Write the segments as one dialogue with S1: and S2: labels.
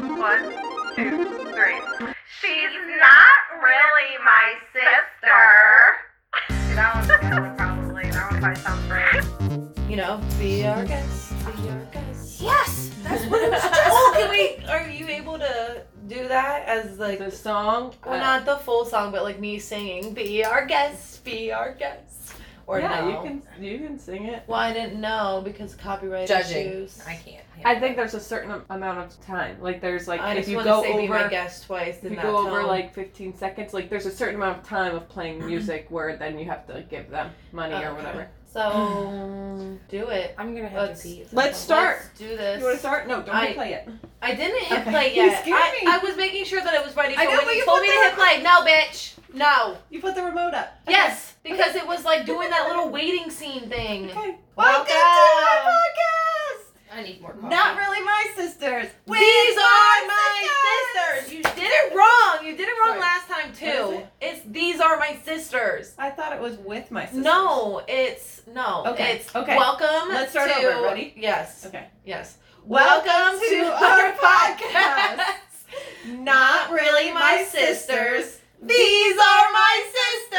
S1: One, two, three. She's not really my sister. that one's good, probably. That one probably sounds great.
S2: You know, be our guest. Be our guest.
S3: Yes! That's what it's
S2: oh, can we? Are you able to do that as like?
S4: The song. uh,
S2: Well, not the full song, but like me singing, "Be our guest, be our guest," or
S4: yeah,
S2: no?
S4: you can you can sing it.
S2: Well, I didn't know because copyright
S3: Judging.
S2: issues.
S3: I can't.
S4: I think there's a certain amount of time. Like there's like
S2: I
S4: if
S2: just
S4: you
S2: want
S4: go
S2: to say
S4: over
S2: "Be my guest" twice.
S4: if
S2: in
S4: you
S2: that
S4: go over
S2: tone.
S4: like 15 seconds, like there's a certain amount of time of playing music where then you have to give them money
S2: Okay.
S4: or whatever.
S2: so, do it.
S3: I'm gonna
S2: Let's-
S3: have to pee.
S4: Let's start.
S2: Let's do this.
S4: You want to start? No, don't
S2: I-
S4: play it.
S2: I didn't hit
S4: Okay.
S2: play
S4: You
S2: yet.
S4: scared
S2: I,
S4: me.
S2: I was making sure that it was ready for
S4: I know,
S2: when
S4: but
S2: you
S4: you
S2: told
S4: put
S2: me to
S4: the-
S2: hit play. No, bitch. No.
S4: You put the remote up. Okay.
S2: Yes, because it was like doing that little waiting scene thing.
S4: Okay.
S2: Welcome.
S3: I need more coffee.
S4: Not really my sisters.
S2: These are my sisters. You did it wrong. You did it wrong
S4: Sorry.
S2: last time
S4: What is
S2: too.
S4: it?
S2: It's these are my sisters.
S4: I thought it was with my sisters.
S2: No, it's no.
S4: Okay,
S2: It's
S4: okay.
S2: welcome.
S4: Let's start
S2: to-
S4: over. Ready?
S2: Yes.
S4: Okay.
S2: Yes.
S4: Welcome,
S2: Welcome
S4: to our podcast.
S2: Not really my sisters. These are my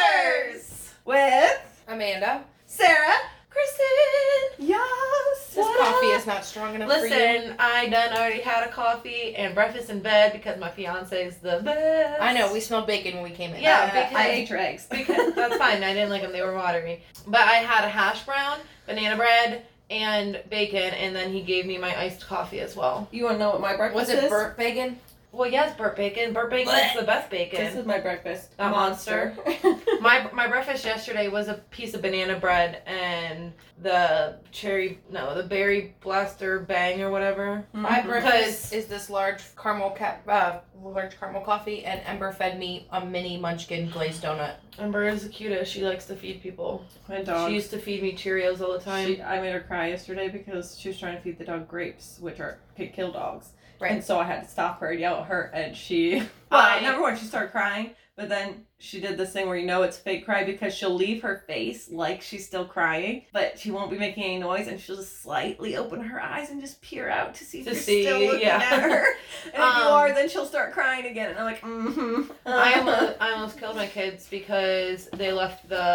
S2: sisters.
S4: With
S3: Amanda,
S4: Sarah.
S2: Kristen.
S4: Yes.
S3: this
S2: What
S3: coffee
S2: up?
S3: is not strong enough for you.
S2: Listen, I done already had a coffee and breakfast in bed because my fiance is the best.
S3: I know we smelled bacon when we came in.
S2: Yeah,
S4: Uh,
S2: because-
S4: I ate your eggs.
S2: because that's fine. I didn't like them; they were watery. But I had a hash brown, banana bread, and bacon, and then he gave me my iced coffee as well.
S4: You want to know what my
S3: Was
S4: breakfast
S3: it
S4: is?
S3: burnt bacon?
S2: Well, yes, burnt bacon. Burnt bacon is the best
S4: This
S2: bacon.
S4: is my breakfast.
S2: A monster. My my breakfast yesterday was a piece of banana bread and the cherry no the berry blaster bang or whatever.
S3: My
S4: Mhm.
S3: breakfast is this large caramel ca- uh, large caramel coffee, and Ember fed me a mini munchkin glazed donut.
S2: Amber is the cutest. She likes to feed people.
S4: My dog.
S2: She used to feed me Cheerios all the time.
S4: She, I made her cry yesterday because she was trying to feed the dog grapes, which are could kill dogs.
S3: Right.
S4: And so I had to stop her and yell at her, and she.
S2: I-
S4: Well, Uh, number one, she started crying, but then she did this thing where you know it's fake cry because she'll leave her face like she's still crying, but she won't be making any noise, and she'll just slightly open her eyes and just peer out to see if
S2: To
S4: you're
S2: see,
S4: still looking
S2: yeah.
S4: at her. And if you
S2: Um,
S4: are, then she'll start crying again, and I'm like, mm-hmm.
S2: I almost, I almost killed my kids because they left the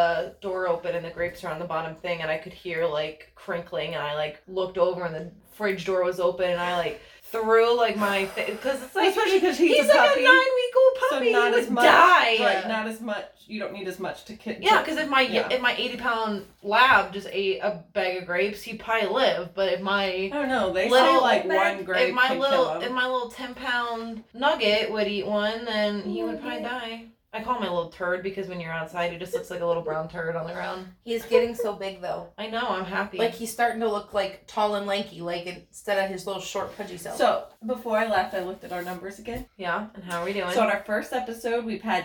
S2: door open and the grapes were on the bottom thing and I could hear like crinkling and I like looked over and the fridge door was open and I like threw like my because it's like
S4: Especially because he's,
S2: he's,
S4: a
S2: like
S4: puppy.
S2: a nine week old
S4: so
S2: puppy
S4: not
S2: he
S4: as
S2: would
S4: much,
S2: die
S4: Right, not as much. You don't need as much to kid.
S2: yeah because if my
S4: Yeah.
S2: if my eighty pound lab just ate a bag of grapes he'd probably live but if my
S4: I don't know. They
S2: Little
S4: say like
S2: bag-
S4: one grape
S2: if my
S4: could
S2: little
S4: kill him.
S2: if my little ten pound nugget would eat one, then
S4: Oh,
S2: he would probably die. I call him my little turd because when you're outside, he just looks like a little brown turd on the ground.
S3: He's getting so big though.
S2: I know, I'm happy.
S3: Like he's starting to look like tall and lanky, like instead of his little short pudgy self.
S4: So before I left, I looked at our numbers again.
S2: yeah. And how are we doing?
S4: So on our first episode, we've had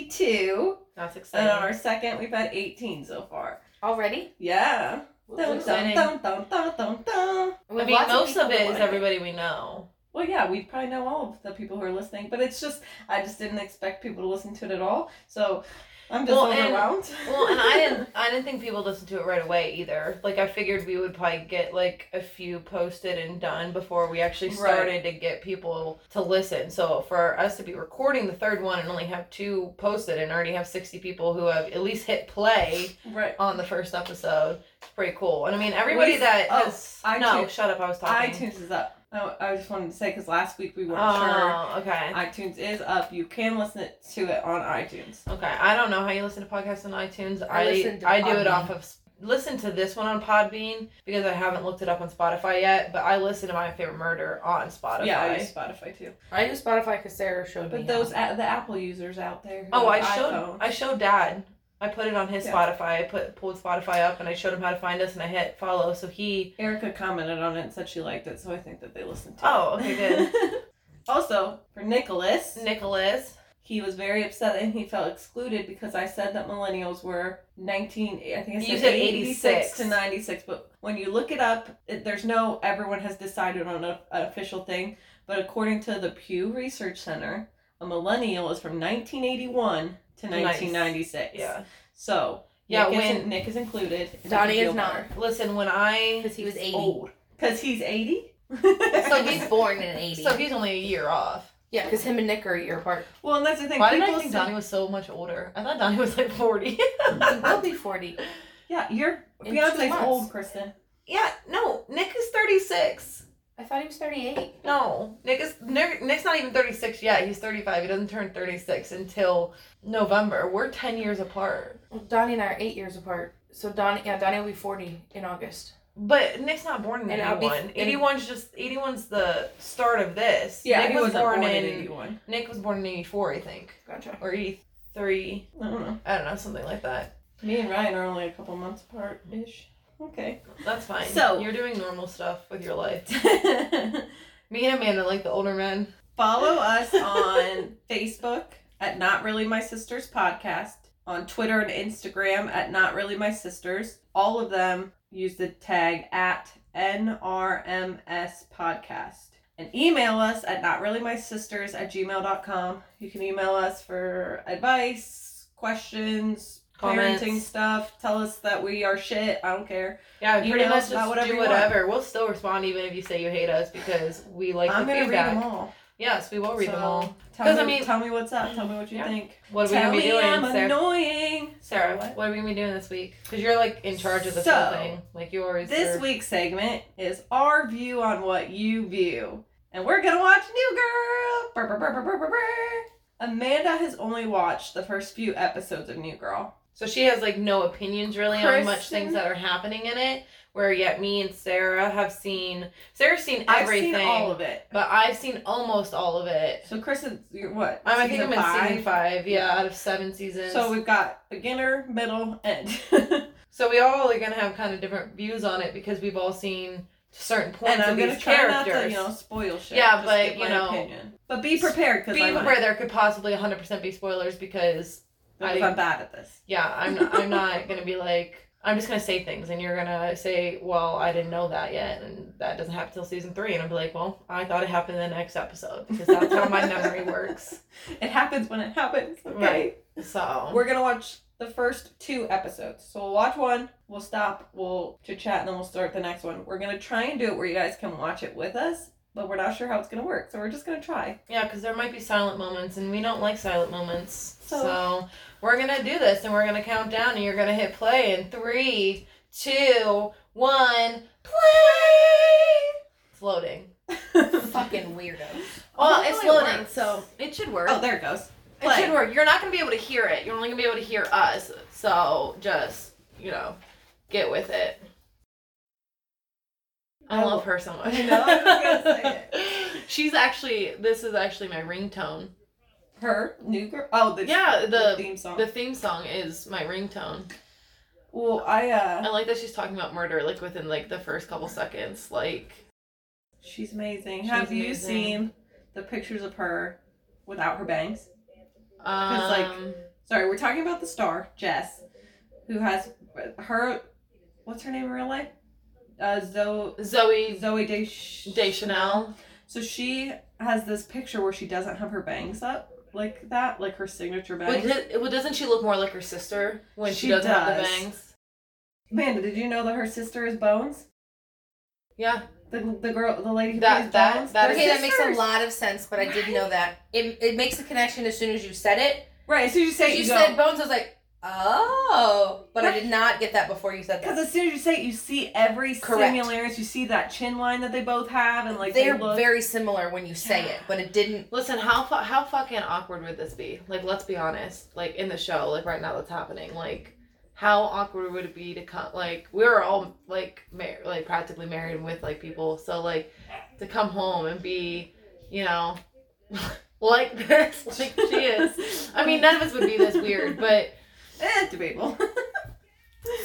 S4: sixty-two,
S2: That's exciting.
S4: and on our second, we've had eighteen so far.
S3: already,
S4: Yeah. Dun, dun,
S2: exciting.
S4: dun, dun, dun, dun, dun.
S2: I mean, most of it is everybody we know.
S4: Well, yeah, we probably know all of the people who are listening, but it's just I just didn't expect people to listen to it at all. So I'm just
S2: Well, and-
S4: overwhelmed.
S2: Well, and I didn't. I didn't think people listened to it right away either. Like I figured we would probably get like a few posted and done before we actually
S4: Right.
S2: started to get people to listen. So for us to be recording the third one and only have two posted and already have sixty people who have at least hit play
S4: right.
S2: on the first episode, it's pretty cool. And I mean, everybody that
S4: oh,
S2: has,
S4: iTunes-
S2: no, shut up. I was talking.
S4: iTunes is up. Oh, I just wanted to say because last week we weren't sure.
S2: Oh, okay.
S4: iTunes is up. You can listen to it on iTunes.
S2: Okay, I don't know how you listen to podcasts on iTunes.
S3: I
S2: I
S3: listen to
S2: I, do it
S3: Podbean.
S2: off of listen to this one on Podbean because I haven't looked it up on Spotify yet. But I listen to My Favorite Murder on Spotify.
S4: Yeah, I use Spotify too.
S3: I use Spotify because Sarah showed me.
S4: But
S3: how.
S4: those a- the Apple users out there. who
S2: oh, I
S4: have
S2: showed
S4: iPhone-
S2: I showed Dad. I put it on his
S4: Yeah.
S2: Spotify. I put pulled Spotify up and I showed him how to find us and I hit follow. So he
S4: Erica commented on it and said she liked it, so I think that they listened to
S2: Oh,
S4: it.
S2: okay, good.
S4: also, for Nicholas,
S2: Nicholas.
S4: he was very upset and he felt excluded because I said that millennials were 19, I think I said,
S2: You said
S4: 86
S2: 86.
S4: to 96. But when you look it up, it, there's no everyone has decided on a, an official thing. But according to the Pew Research Center, a millennial is from 1981 to
S2: Nice.
S4: 1996.
S2: Yeah.
S4: So
S2: Yeah,
S4: Nick,
S2: when-
S4: is, Nick is included.
S3: Donnie is not.
S2: Listen, when I
S3: because he was eighty.
S4: Old. Because he's 80?
S5: So he's born in 80.
S2: So he's only a year off.
S3: Yeah, because him and Nick are a year apart.
S4: well, and that's the thing.
S2: Why did
S4: people
S2: I think
S4: say-
S2: Donnie was so much older? I thought Donnie was like forty.
S3: He will be 40.
S4: Yeah, your
S3: In two
S4: Beyonce's
S3: months.
S4: old, Kristen.
S2: yeah, no, Nick is thirty six.
S3: I thought he was 38.
S2: No, Nick is Nick, Nick's not even thirty six yet. He's thirty five. He doesn't turn thirty six until November. We're ten years apart.
S3: Well, Donnie and I are eight years apart. So Donnie, yeah, Donnie will be 40 in August.
S2: But Nick's not born in
S3: And I'll
S2: eighty
S3: be-
S2: one.
S3: and-
S2: Eighty one's just eighty one's the start of this. Nick
S4: he
S2: was
S4: wasn't
S2: born, in,
S4: 81.
S2: Nick was born in eighty four, I think,
S3: Gotcha.
S2: or eighty three.
S4: I don't know.
S2: I don't know, something like that.
S4: Me and Ryan are only a couple months apart ish. Okay.
S2: That's fine.
S4: So-
S2: you're doing normal stuff with your life. Me and Amanda like the older men.
S4: Follow us on Facebook at Not Really My Sisters Podcast, on Twitter and Instagram at Not Really My Sisters. All of them use the tag at NRMS Podcast. And email us at notreallymysisters at gmail.com. You can email us for advice, questions,
S2: Comments.
S4: parenting stuff. Tell us that we are shit. I don't care.
S2: Yeah,
S4: You
S2: pretty
S4: know,
S2: much
S4: it's
S2: just
S4: about whatever
S2: do
S4: you want.
S2: whatever. We'll still respond even if you say you hate us because we like
S4: I'm
S2: the
S4: going to read
S2: feedback.
S4: them all.
S2: Yes, we will read them
S4: So,
S2: all.
S4: Tell
S2: 'Cause,
S4: me,
S2: I mean-
S4: tell me what's up. Tell me what you
S2: Yeah.
S4: think.
S2: What are we
S4: Tell
S2: gonna be
S4: me
S2: doing,
S4: I'm
S2: Sarah?
S4: annoying.
S2: Sarah,
S4: What?
S2: what? are we gonna be doing this week? Because you're like in charge of this
S4: So,
S2: whole thing. Like you always.
S4: This
S2: are-
S4: week's segment is our view on what you view. And we're gonna watch New Girl. Brr, brr, brr, brr, brr, brr, brr. Amanda has only watched the first few episodes of New Girl.
S2: So she has like no opinions really on much
S4: Kristen-
S2: things that are happening in it. Where yet me and Sarah have seen Sarah's seen
S4: I've
S2: everything,
S4: seen all of it.
S2: but I've seen almost all of it.
S4: So Kristen, you're what?
S2: Um, I think I'm
S4: season
S2: in season five. Yeah, out of seven seasons.
S4: So we've got beginner, middle, end.
S2: So we all are gonna have kind of different views on it because we've all seen certain points
S4: and I'm
S2: of
S4: gonna
S2: these
S4: try
S2: characters.
S4: not to, you know, spoil shit.
S2: Yeah,
S4: Just
S2: but,
S4: give
S2: you
S4: my
S2: know,
S4: opinion. but be prepared because
S2: Be
S4: I'm,
S2: aware there could possibly 100% be spoilers because I-
S4: I'm bad at this.
S2: yeah, I'm not, I'm not gonna be like I'm just gonna say things and you're gonna say, well, I didn't know that yet, and that doesn't happen till season three, and I'll be like, well, I thought it happened in the next episode because that's how my memory works.
S4: It happens when it happens. Okay.
S2: Right. So
S4: We're gonna watch the first two episodes. So we'll watch one, we'll stop, we'll chit chat, and then we'll start the next one. We're gonna try and do it where you guys can watch it with us, but we're not sure how it's gonna work. So we're just gonna try.
S2: Yeah, because there might be silent moments, and we don't like silent moments.
S4: So-
S2: So, we're gonna do this, and we're gonna count down, and you're gonna hit play in three, two, one, play. It's loading.
S3: Fucking weirdos.
S2: Well,
S4: I don't
S2: it's
S4: know it
S2: loading,
S4: works.
S2: so it should work.
S4: Oh, there it goes.
S2: it should work. You're not gonna be able to hear it. You're only gonna be able to hear us. So just you know, get with it. I
S4: I
S2: love her so much.
S4: I know, I was gonna say
S2: She's actually. This is actually my ringtone.
S4: Her new girl. Oh, the
S2: Yeah, the-
S4: theme song.
S2: The theme song is my ringtone.
S4: well, I uh,
S2: I like that she's talking about murder like within like the first couple seconds. Like
S4: she's amazing.
S2: She's
S4: Have you
S2: amazing.
S4: seen the pictures of her without her bangs?
S2: um
S4: like, Sorry, we're talking about the star, Jess, who has her. What's her name in real life? Uh, Zoe.
S2: Zoe
S4: Zoe Desch-
S2: Deschanel.
S4: So she has this picture where she doesn't have her bangs up like that, like her signature
S2: But
S4: bangs.
S2: di- well, doesn't she look more like her sister when she,
S4: She
S2: doesn't have the
S4: does.
S2: bangs?
S4: Amanda, did you know that her sister is Bones?
S2: Yeah.
S4: The, the girl, the lady who
S2: That-
S4: plays
S2: that-
S4: Bones.
S2: that
S4: They're
S2: is-
S3: Okay, that makes a
S4: sisters.
S3: lot of sense, but I didn't know that. It, it makes a connection as soon as you said it.
S4: right. As soon as you say it,
S3: you
S4: you
S3: said
S4: go.
S3: bones, I was like, oh, but I did not get that before you said
S4: Because
S3: that.
S4: as soon as you say it, you see every
S3: Correct.
S4: similarity. You see that chin line that they both have, and like
S3: They're
S4: they look.
S3: very similar when you say it, but it didn't.
S2: Listen, how fu- how fucking awkward would this be? Like, let's be honest. Like in the show, like right now that's happening. Like, how awkward would it be to come? Like, we were all like mar- like practically married and with like people. So like, to come home and be, you know, like this, like she is. I mean, none of us would be this weird, but
S4: eh, debatable.
S2: well,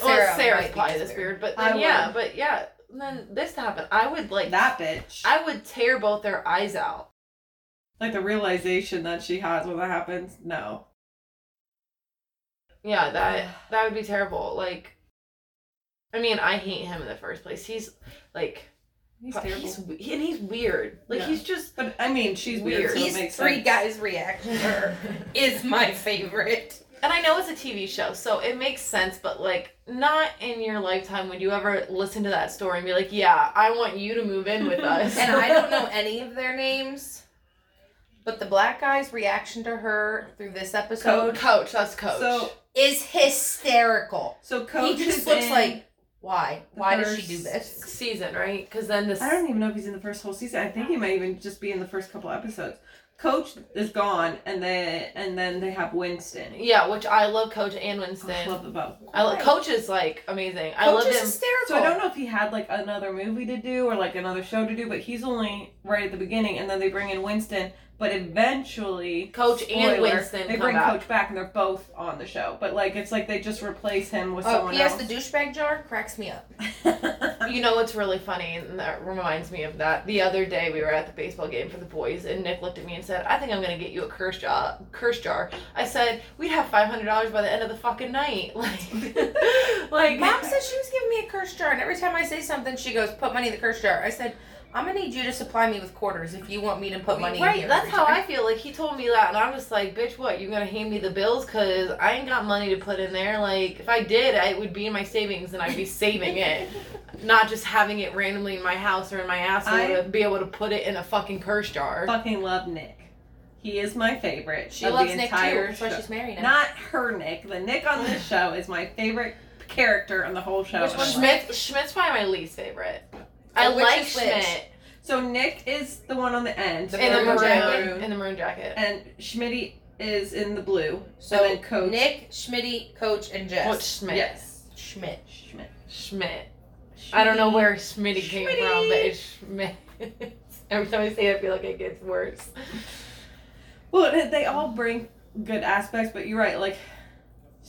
S3: might
S2: Sarah's
S3: be
S2: probably this weird. But
S4: I
S2: then yeah,
S4: would.
S2: but yeah, then this to happen, I would like
S4: that bitch.
S2: I would tear both their eyes out.
S4: like the realization that she has when that happens. No.
S2: Yeah, that that would be terrible. Like, I mean, I hate him in the first place. He's like,
S4: He's
S2: pu-
S4: terrible.
S2: he's we- and he's weird. Like
S4: Yeah.
S2: he's just
S4: but I mean, she's weird. so it
S3: These
S4: makes
S3: three
S4: sense.
S3: guys' reaction to her is my favorite.
S2: And I know it's a TV show, so it makes sense, but like, not in your lifetime would you ever listen to that story and be like, yeah, I want you to move in with us.
S3: And I don't know any of their names, but the black guy's reaction to her through this episode
S2: Coach, that's Coach.
S4: So
S3: is hysterical.
S4: so coach
S3: he
S4: is
S3: just looks
S4: in
S3: like, why?
S4: the
S3: Why does she
S4: first-
S3: do this?
S2: season, right? Because then this.
S4: I don't even know if he's in the first whole season. I think he might even just be in the first couple episodes. Coach is gone, and then and then they have Winston.
S2: Yeah, which I love Coach and Winston.
S4: I love the both.
S2: I lo- Coach is like amazing. I
S3: Coach
S2: love
S3: is
S2: him.
S3: hysterical.
S4: So I don't know if he had like another movie to do or like another show to do, but he's only right at the beginning, and then they bring in Winston. But eventually,
S2: Coach and Winston
S4: they
S2: come
S4: bring
S2: back.
S4: Coach back, and they're both on the show. But like, it's like they just replace him with
S3: Oh,
S4: someone
S3: P.S.
S4: else.
S3: The douchebag jar cracks me up.
S2: You know what's really funny, and that reminds me of that. The other day we were at the baseball game for the boys, and Nick looked at me and said, "I think I'm gonna get you a curse jar." Curse jar. I said, "We'd have five hundred dollars by the end of the fucking night." Like, like
S3: Mom said she was giving me a curse jar, and every time I say something, she goes, "Put money in the curse jar." I said, "I'm gonna need you to supply me with quarters if you want me to put money." in
S2: Right,
S3: here
S2: that's
S3: every
S2: how
S3: time."
S2: I feel. Like he told me that, and I'm just like, "Bitch, what? You gonna hand me the bills? Cause I ain't got money to put in there. Like, if I did, I it would be in my savings, and I'd be saving it, not just having it randomly in my house or in my asshole
S4: I-
S2: to be able to put it in a fucking curse jar."
S4: fucking love Nick. He is my favorite.
S3: She
S4: of
S3: loves
S4: the
S3: Nick too.
S4: entire
S3: That's why
S4: show.
S3: she's married now.
S4: Not her Nick. The Nick on this show is my favorite character on the whole show.
S3: Which one's
S2: Schmidt, Schmidt's probably my least favorite. I
S3: Oh, which
S2: like
S3: is which?
S2: Schmidt
S4: So Nick is the one on the end.
S3: The
S2: in the
S3: maroon
S2: maroon
S3: jacket?
S2: in the maroon jacket.
S4: And Schmitty is in the blue.
S3: So
S4: and then Coach.
S3: Nick, Schmitty, Coach, and Jess.
S2: What Schmidt?
S4: Yes.
S3: Schmidt.
S4: Schmidt.
S2: Schmidt. I don't know where Schmitty came
S4: Schmitty.
S2: from, but it's Schmidt. Every time I say it, I feel like it gets worse.
S4: Well, they- they all bring good aspects, but you're right. Like,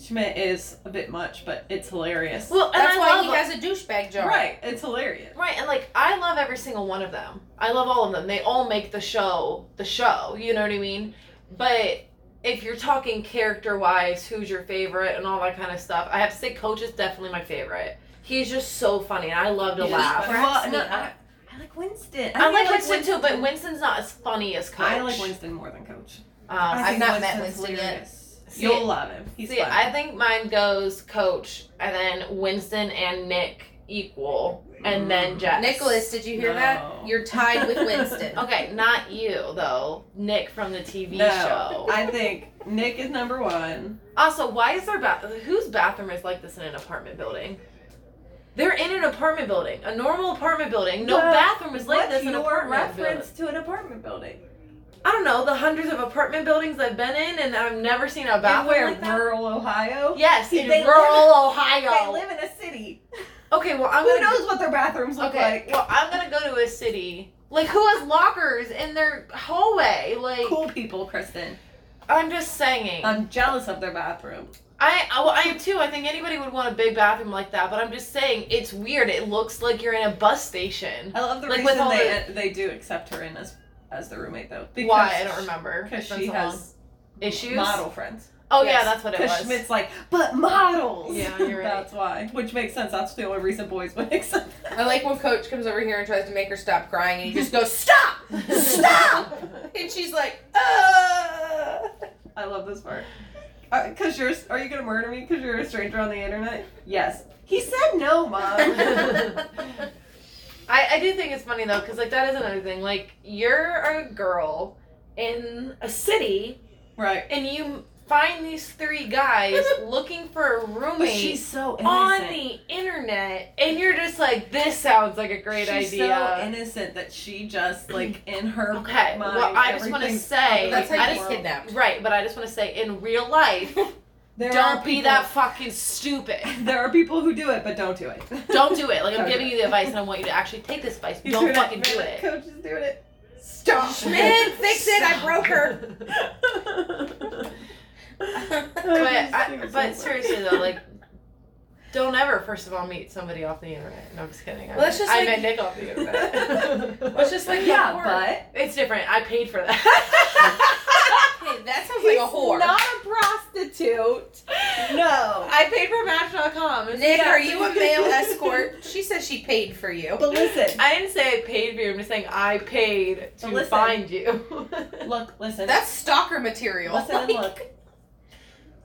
S4: Schmidt is a bit much, but it's hilarious.
S2: Well, and
S3: That's
S2: I
S3: why
S2: love
S3: he has a douchebag jar.
S4: right. It's hilarious.
S2: Right, and like I love every single one of them. I love all of them. They all make the show the show. You know what I mean? But if you're talking character wise, who's your favorite and all that kind of stuff, I have to say Coach is definitely my favorite. He's just so funny and I love to
S4: He
S2: laugh.
S4: cracks
S3: Well,
S4: me
S3: no,
S4: up. I like Winston.
S2: I,
S4: mean,
S2: like Winston, too, but Winston's not as funny as Coach.
S4: I like Winston more than Coach.
S2: Um,
S3: I've
S4: think
S3: not met
S4: Winston's
S3: Winston yet.
S4: hilarious.
S2: See,
S4: You'll love him. He's
S2: see,
S4: funny.
S2: I think mine goes Coach and then Winston and Nick equal and then Jess.
S3: Nicholas, did you hear
S4: No.
S3: that? You're tied with Winston.
S2: Okay, not you though. Nick from the TV
S4: no,
S2: show.
S4: I think Nick is number one.
S2: Also, why is there bath? Whose bathroom is like this in an apartment building? They're in an apartment building, a normal apartment building. No
S4: Well,
S2: bathroom is like
S4: What's
S2: this in an
S4: your
S2: apartment
S4: reference
S2: building.
S4: to an apartment building?
S2: I don't know the hundreds of apartment buildings I've been in, and I've never seen a
S4: And
S2: bathroom
S4: where
S2: like that.
S4: rural Ohio?
S2: Yes,
S4: See,
S2: in
S4: they
S2: rural
S4: They
S2: Ohio.
S4: live in a city.
S2: okay, well I'm
S4: Who
S2: gonna
S4: knows what their bathrooms look
S2: okay,
S4: like?
S2: well I'm gonna go to a city. Like who has lockers in their hallway? Like
S4: Cool Um, people, Kristen.
S2: I'm just saying.
S4: I'm jealous of their bathroom.
S2: I I- well, I am too. I think anybody would want a big bathroom like that, but I'm just saying it's weird. It looks like you're in a bus station.
S4: I love the
S2: Like, with
S4: reason
S2: all
S4: they they do accept her in as as the roommate though. Because
S2: Why I don't remember.
S4: Because
S2: It's been
S4: she
S2: so long.
S4: has
S2: issues.
S4: model friends.
S2: Oh
S3: Yes,
S2: yeah, that's what it
S4: Because
S2: was.
S4: Schmidt's like, but models.
S2: Yeah, you're right.
S4: that's why. Which makes sense. That's the only reason boys would accept.
S3: I like when Coach comes over here and tries to make her stop crying, and he just goes, "Stop, stop!" and she's like, "Uh."
S4: I love this part. Uh, Cause you're, are you gonna murder me? Cause you're a stranger on the internet? Yes. He said no, mom.
S2: I I do think it's funny though, because like that is another thing. Like you're a girl in a city,
S4: right.
S2: and you find these three guys looking for a roommate.
S4: But she's so innocent.
S2: on the internet, and you're just like, this sounds like a great
S4: she's
S2: idea.
S4: so innocent that she just like in her
S2: Okay,
S4: mind.
S2: well, I just wanna
S4: everything's
S2: say-
S3: That's
S4: public
S3: how
S2: I
S3: you get
S2: just-
S4: world.
S3: kidnapped.
S2: Right, but I just want to say, in real life,
S4: There
S2: don't
S4: are
S2: be
S4: people-
S2: that fucking stupid.
S4: There are people who do it, but don't do it.
S2: Don't do it. Like I'm
S4: Don't
S2: giving
S4: do
S2: you the advice, and I want you to actually take this advice.
S4: He's
S2: don't
S4: doing
S2: fucking do
S4: Remember,
S2: it.
S4: Coach is doing it. Stop.
S3: Schmidt, fix it! I broke her.
S2: but I, but seriously though, like. Don't ever, first of all, meet somebody off the internet. No, I'm just kidding. I,
S3: Well, that's just
S2: I
S3: like-
S2: met Nick off the internet.
S3: Well, it's just like how it works.
S4: yeah,
S2: it's different. I paid for that.
S3: Hey, that
S4: but
S3: sounds like a whore.
S4: Not a prostitute. No.
S2: I paid for Match.com. It's-
S3: Nick,
S4: Yeah.
S3: are you a male escort? She says she paid for you.
S4: But listen,
S2: I didn't say I paid for you. I'm just saying I paid to
S4: But listen.
S2: find you.
S4: look, listen,
S3: That's stalker material.
S4: listen and
S3: Like,
S4: look.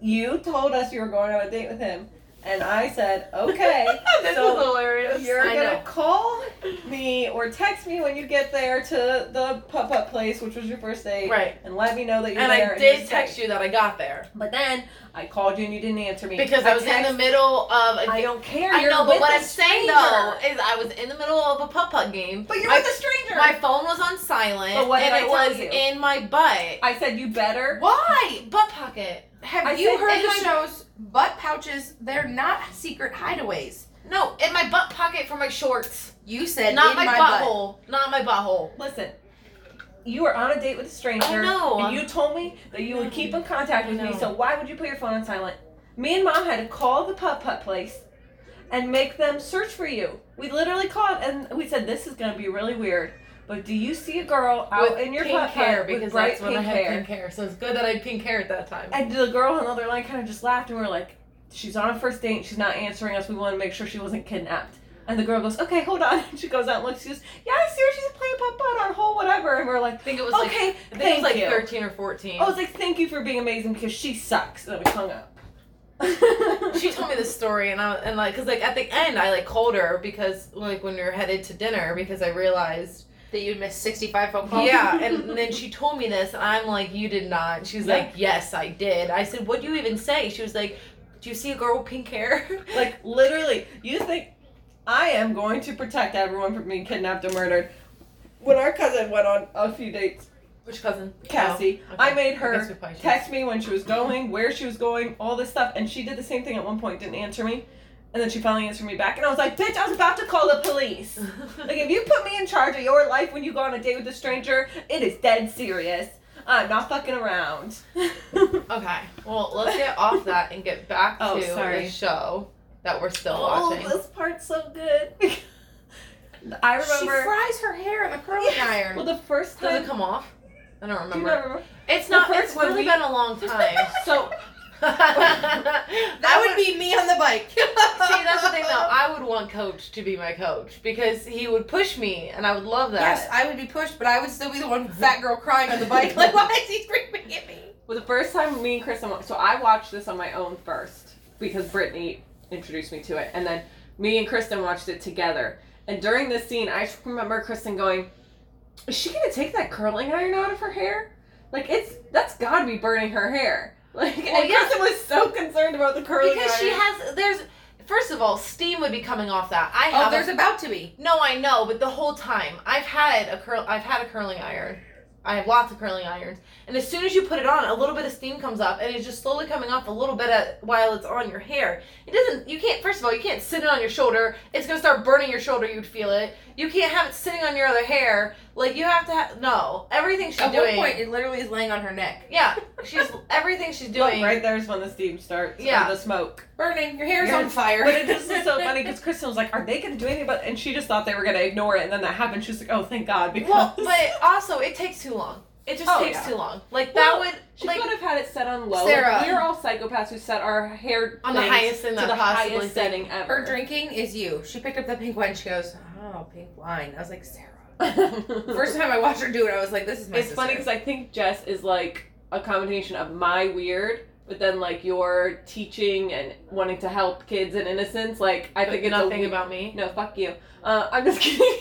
S4: you told us you were going on a date with him, and I said, okay.
S2: this
S4: So,
S2: is hilarious.
S4: You're
S5: I
S4: gonna
S5: know.
S4: call me or text me when you get there to the putt putt place, which was your first date,
S2: right.
S4: and let me know that you're
S2: And
S4: there.
S2: I did text you that I got there
S4: but then I called you and you didn't answer me
S2: because I, was in the middle of. a
S4: I
S2: ga-
S4: don't care.
S2: I
S4: you're
S2: know, but
S4: with
S2: what
S4: a
S2: I'm saying though
S4: stranger.
S2: is I was in the middle of a putt putt game.
S4: but you're
S2: I-
S4: with a stranger.
S2: My phone was on silent,
S4: But what did
S2: and
S4: I
S2: it
S4: tell
S2: was
S4: you?
S2: in my butt.
S4: I said you better.
S2: Why butt pocket? Have
S4: I
S2: you
S4: said
S2: heard
S3: In
S2: the
S3: the shows, butt pouches, they're not secret hideaways.
S2: No, in my butt pocket for my shorts.
S3: You said
S2: Not
S3: in
S2: my,
S3: my, butt.
S2: butthole. Not my butthole.
S4: Listen, you were on a date with a stranger.
S2: I know.
S4: And you told me that you would keep in contact with
S2: I
S4: me,
S2: know.
S4: so why would you put your phone on silent? Me and mom had to call the putt putt place and make them search for you. We literally called and we said, This is going to be really weird. But do you see a girl out
S2: With
S4: in your
S2: pink
S4: putt
S2: hair
S4: putt with
S2: because
S4: bright
S2: that's when
S4: pink
S2: I had
S4: hair?
S2: pink hair. So it's good that I had pink hair at that time.
S4: And the girl on the other line kind of just laughed and we were like, She's on a first date, and she's not answering us. We want to make sure she wasn't kidnapped. And the girl goes, Okay, hold on. And she goes out and looks, she goes, Yeah, I see her. She's playing putt putt on hole, whatever. And we're like,
S2: I think it was like
S4: Okay,
S2: I think
S4: thank
S2: it was like
S4: you. Oh,
S2: 13 or 14.
S4: I was like, thank you for being amazing because she sucks. And then we hung up.
S2: she told me this story and I and like cuz like at the end I like called her because like when we were headed to dinner because I realized
S3: That you missed 65 phone calls.
S2: yeah and then she told me this and I'm like you did not And she's
S4: Yeah.
S2: like yes I did I said what do you even say she was like do you see a girl with pink hair
S4: Like, literally, you think I am going to protect everyone from being kidnapped or murdered. When our cousin went on a few dates,
S2: which cousin
S4: Cassie,
S2: Oh, okay.
S4: I
S2: I
S4: made
S2: guess we
S4: her
S2: probably should-
S4: text me when she was going, where she was going, all this stuff. And she did the same thing at one point, didn't answer me. And then she finally answered me back. And I was like, bitch, I was about to call the police. Like, if you put me in charge of your life when you go on a date with a stranger, it is dead serious. I'm not fucking around.
S2: Okay. Well, let's get off that and get back
S4: Oh,
S2: to
S4: sorry.
S2: the show that we're still watching.
S4: Oh, this part's so good. I
S3: She
S4: remember.
S3: fries her hair in the curling
S4: Yes.
S3: iron.
S4: Well, the first
S2: Does
S4: time.
S2: it come off? I don't remember.
S4: do you remember?
S2: It's
S4: The
S2: not.
S4: first
S2: It's really
S4: one we-
S2: been a long time.
S4: So
S2: that
S3: that would be me on the bike. See,
S2: See, that's the thing though. I would want Coach to be my coach because he would push me, and I would love that.
S3: Yes, I would be pushed, but I would still be the one fat girl crying on the bike. Like, why is he screaming at me?
S4: well, the first time me and Kristen. wa- So I watched this on my own first because Brittany introduced me to it, and then me and Kristen watched it together. And during this scene, I just remember Kristen going, "Is she gonna take that curling iron out of her hair? Like it's that's gotta be burning her hair." Like,
S2: Well,
S4: and
S2: yeah.
S4: Kristen was so concerned about the curling
S2: because she
S4: iron.
S2: has. There's first of all, steam would be coming off that. I
S3: Oh,
S2: have.
S3: there's about to be.
S2: No, I know, but the whole time I've had a curl, I've had a curling iron. I have lots of curling irons, and as soon as you put it on, a little bit of steam comes up, and it's just slowly coming off a little bit at, while it's on your hair. It doesn't. You can't. First of all, you can't sit it on your shoulder. It's gonna start burning your shoulder. You'd feel it. You can't have it sitting on your other hair. Like you have to. have... No, everything she's
S3: At
S2: doing.
S3: one point, it literally is laying on her neck.
S2: yeah, she's everything she's
S4: Look,
S2: doing.
S4: right there's when the steam starts. or
S2: Yeah.
S4: the smoke.
S3: Burning, your hair's
S4: Yeah.
S3: on fire.
S4: But it just is so funny because Kristen was like, "Are they going to do anything about?" And she just thought they were going to ignore it, and then that happened. She was like, "Oh, thank God!" Because
S2: Well, but also it takes too long. It just
S4: Oh,
S2: takes
S4: yeah.
S2: too long. Like
S4: Well,
S2: that
S4: she
S2: would like
S4: could have had it set on low.
S3: Sarah.
S4: Like, we're all psychopaths who set our hair
S2: On the
S4: things
S2: highest thing
S4: to
S2: that
S4: the
S2: possibly
S4: highest
S2: thing.
S4: setting ever.
S3: Her drinking is you. She picked up the pink wine. She goes, "Oh, pink wine." I was like, Sarah. First time I watched her do it, I was like, "This is my."
S4: it's funny because I think Jess is like a combination of my weird. But then, like your teaching and wanting to help kids and innocence, like I think it's a
S2: nothing
S4: we-
S2: about me.
S4: No, fuck you. Uh, I'm just kidding.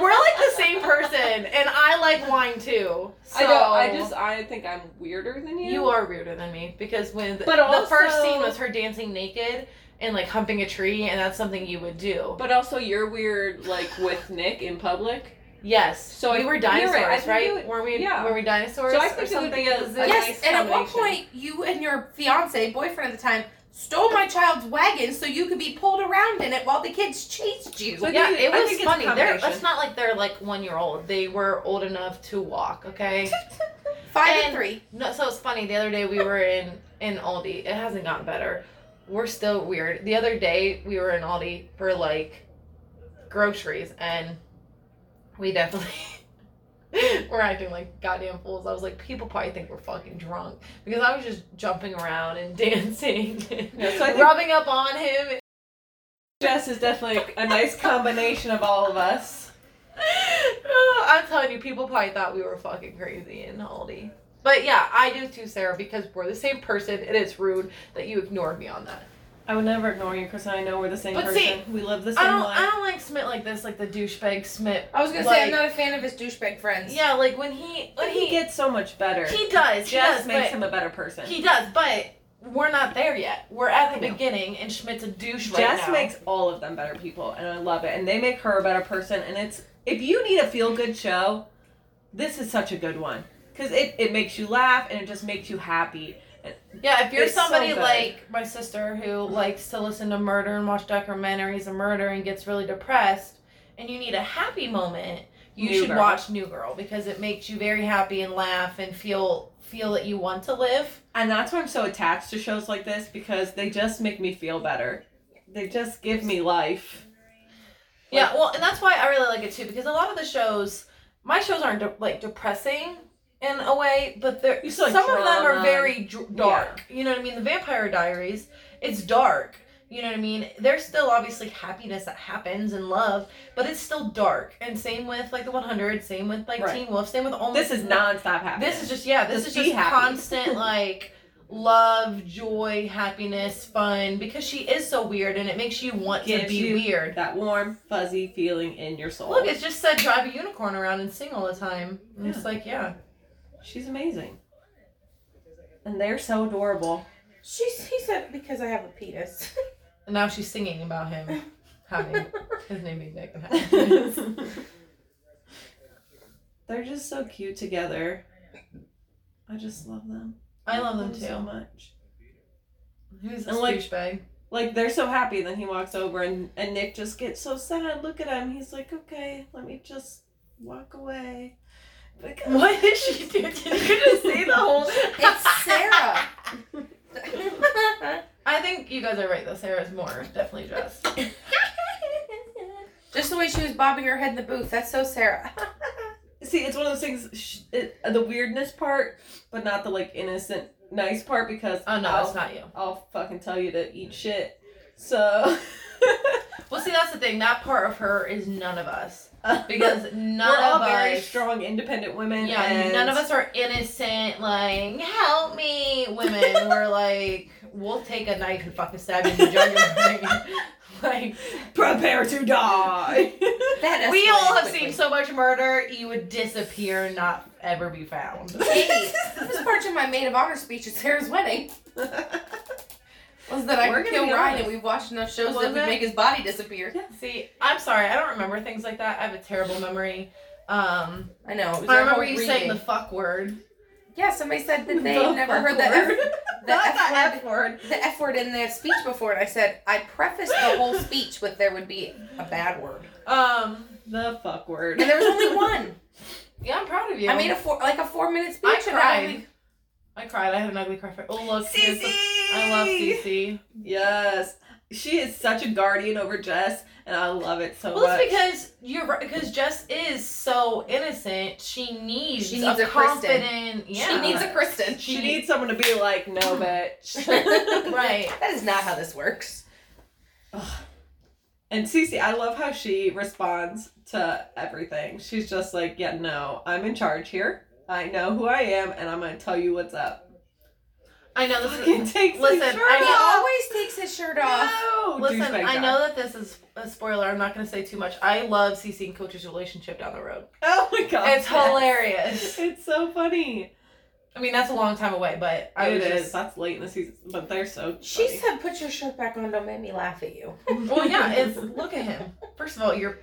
S2: We're like the same person, and I like wine too. So
S4: I know. I just I think I'm weirder than you.
S2: you are weirder than me because when the,
S4: But
S2: the first
S4: also-
S2: scene was her dancing naked and like humping a tree, and that's something you would do.
S4: But also, you're weird, like with Nick in public.
S2: Yes.
S4: So
S2: So we
S4: I-
S2: were
S4: you're right, I
S2: dinosaurs,
S4: think
S2: right?
S4: you would-
S2: were we?
S4: yeah.
S2: Were we dinosaurs?
S4: So I
S2: or
S4: think it would
S2: something
S4: be
S2: at
S4: a-
S2: the zoo?
S4: Yes.
S3: Yes, and at one
S4: combination.
S3: point, you and your fiance, boyfriend at the time, stole my child's wagon so you could be pulled around in it while the kids chased you.
S4: So I
S2: Yeah,
S4: think-
S2: it
S4: I
S2: was
S4: think it's a
S2: funny. They're,
S4: combination.
S2: that's not like they're like one year old. They were old enough to walk. Okay.
S3: Five and,
S2: And-
S3: three.
S2: No, so it's funny. The other day we were in in Aldi. It hasn't gotten better. We're still weird. The other day we were in Aldi for like groceries, and we definitely were acting like goddamn fools. I was like, people probably think we're fucking drunk because I was just jumping around and dancing, and
S4: Yeah, so I think-
S2: rubbing up on him.
S4: Jess is definitely a nice combination of all of us.
S2: Oh, I'm telling you, people probably thought we were fucking crazy in Aldi. But yeah, I do too, Sarah, because we're the same person, and it's rude that you ignored me on that.
S4: I would never ignore you, Chris. I know we're the same
S2: But
S4: person.
S2: see,
S4: we live the
S2: I
S4: same
S2: don't, I
S4: life.
S2: don't like Smit like this, like the douchebag Smit.
S3: I was gonna say I'm
S2: Like-
S3: not a fan of his douchebag friends.
S2: Yeah, like when he
S4: But
S2: when
S4: he gets so much better.
S2: he does, he
S4: Jess
S2: does,
S4: makes
S2: but-
S4: him a better person.
S2: He does, but we're not there yet. We're
S4: I
S2: at the
S4: know.
S2: beginning, and Schmidt's a douche right
S4: Jess
S2: now.
S4: makes all of them better people, and I love it. And they make her a better person. And it's if you need a feel good show, this is such a good one because it, it makes you laugh and it just makes you happy.
S2: yeah, if you're
S4: it's so
S2: somebody
S4: good.
S2: like my sister who likes to listen to murder and watch documentaries of murder and gets really depressed, and you need a happy moment, you
S4: New
S2: should
S4: Girl.
S2: watch New Girl because it makes you very happy and laugh and feel feel that you want to live.
S4: And that's why I'm so attached to shows like this because they just make me feel better. They just give me life.
S2: yeah, well, and that's why I really like it too because a lot of the shows, my shows aren't de- like depressing. In a way, but they're,
S4: You
S2: some
S4: still
S2: of
S4: like
S2: them are
S4: drama.
S2: very dr- dark. You know what I mean? The Vampire Diaries, it's dark. You know what I mean? There's still obviously happiness that happens and love, but it's still dark. And same with like the 100, same with like
S4: Right.
S2: Teen Wolf, same with only.
S4: This is nonstop happy.
S2: This is just yeah. This is
S4: Just be
S2: just
S4: happy.
S2: constant like love, joy, happiness, fun because she is so weird and it makes you want to
S4: Gives
S2: be
S4: you
S2: weird.
S4: that warm fuzzy feeling in your soul.
S2: Look, it's just said drive a unicorn around and sing all the time. And
S4: Yeah.
S2: It's like yeah,
S4: She's amazing. And they're so adorable.
S3: She he said because I have a penis.
S2: and now she's singing about him having his name being Nick. and having-
S4: they're just so cute together. I just love them.
S2: I love them
S4: so
S2: too.
S4: much.
S2: Who's this
S4: And, like-
S2: douchebag?
S4: Like they're so happy. Then he walks over and and Nick just gets so sad. Look at him. He's like, okay, let me just walk away. Like,
S2: What did she do? Did you just see the whole?
S3: it's Sarah.
S2: I think you guys are right though. Sarah's more definitely dressed.
S3: Just the way she was bobbing her head in the booth. That's so Sarah.
S4: See, it's one of those things. Sh- it, uh, the weirdness part, but not the like innocent nice part because
S2: Oh no,
S4: I'll,
S2: it's not you.
S4: I'll fucking tell you to eat shit. So
S2: Well, see, that's the thing. That part of her is none of us because none
S4: uh, we're all
S2: of
S4: very
S2: us.
S4: strong, independent women.
S2: Yeah,
S4: and
S2: none of us are innocent. Like, help me, women. we're like, we'll take a knife and fucking stab you in the jugular vein. Like,
S4: prepare to die.
S3: That
S2: we
S3: escalated
S2: all have
S3: quickly.
S2: seen so much murder. You would disappear, and not ever be found.
S3: Hey, this is part of my maid of honor speech at Sarah's wedding. Was that I
S4: We're
S3: could kill
S4: gonna
S3: Ryan
S4: be honest.
S3: and we've watched enough shows that
S2: Wasn't
S3: would
S2: it?
S3: make his body disappear.
S2: See, I'm sorry. I don't remember things like that. I have a terrible memory. Um,
S3: I know. It was
S2: I
S3: our
S2: remember
S3: whole
S2: you
S3: reading.
S2: saying the fuck word.
S3: Yeah, somebody said that they
S4: The
S3: never
S4: fuck
S3: heard that.
S4: word.
S3: the
S4: Not
S3: F
S4: the
S3: word.
S4: F word.
S3: the F word in that speech before, and I said I prefaced the whole speech with there would be a bad word,
S2: Um,
S4: The fuck word.
S3: and there was only one.
S2: yeah, I'm proud of you.
S3: I made a four, like a four minute speech.
S2: I
S3: and
S2: cried. I cried. I had an ugly cry. For- oh look, here's the- I love Cece.
S4: Yes, she is such a guardian over Jess, and I love it so
S2: Well,
S4: much.
S2: it's because you're right. Because Jess is so innocent. She needs,
S3: She needs a
S2: a,
S3: Kristen.
S2: confident. Yeah,
S3: She needs a Kristen.
S4: she, needs someone to be like, no, bitch.
S2: right.
S3: That is not how this works.
S4: and Cece, I love how she responds to everything. She's just like, yeah, no, I'm in charge here. I know who I am, and I'm gonna tell you what's up.
S2: I know this
S4: Fucking
S2: is.
S4: takes his
S2: Listen,
S4: shirt
S2: I
S3: He
S2: know-
S4: off.
S3: always takes his shirt off.
S4: No,
S2: Listen,
S4: douchebag
S2: I
S4: Josh.
S2: know that this is a spoiler. I'm not going to say too much. I love Cece and Coach's relationship down the road.
S4: Oh my god,
S2: It's hilarious.
S4: It's so funny.
S2: I mean, that's a long time away, but I
S4: It
S2: was
S4: is.
S2: just.
S4: That's late in the season, but they're so.
S3: She
S4: funny.
S3: said, "Put your shirt back on. Don't make me laugh at you."
S2: Well, yeah. It's look at him. First of all, you're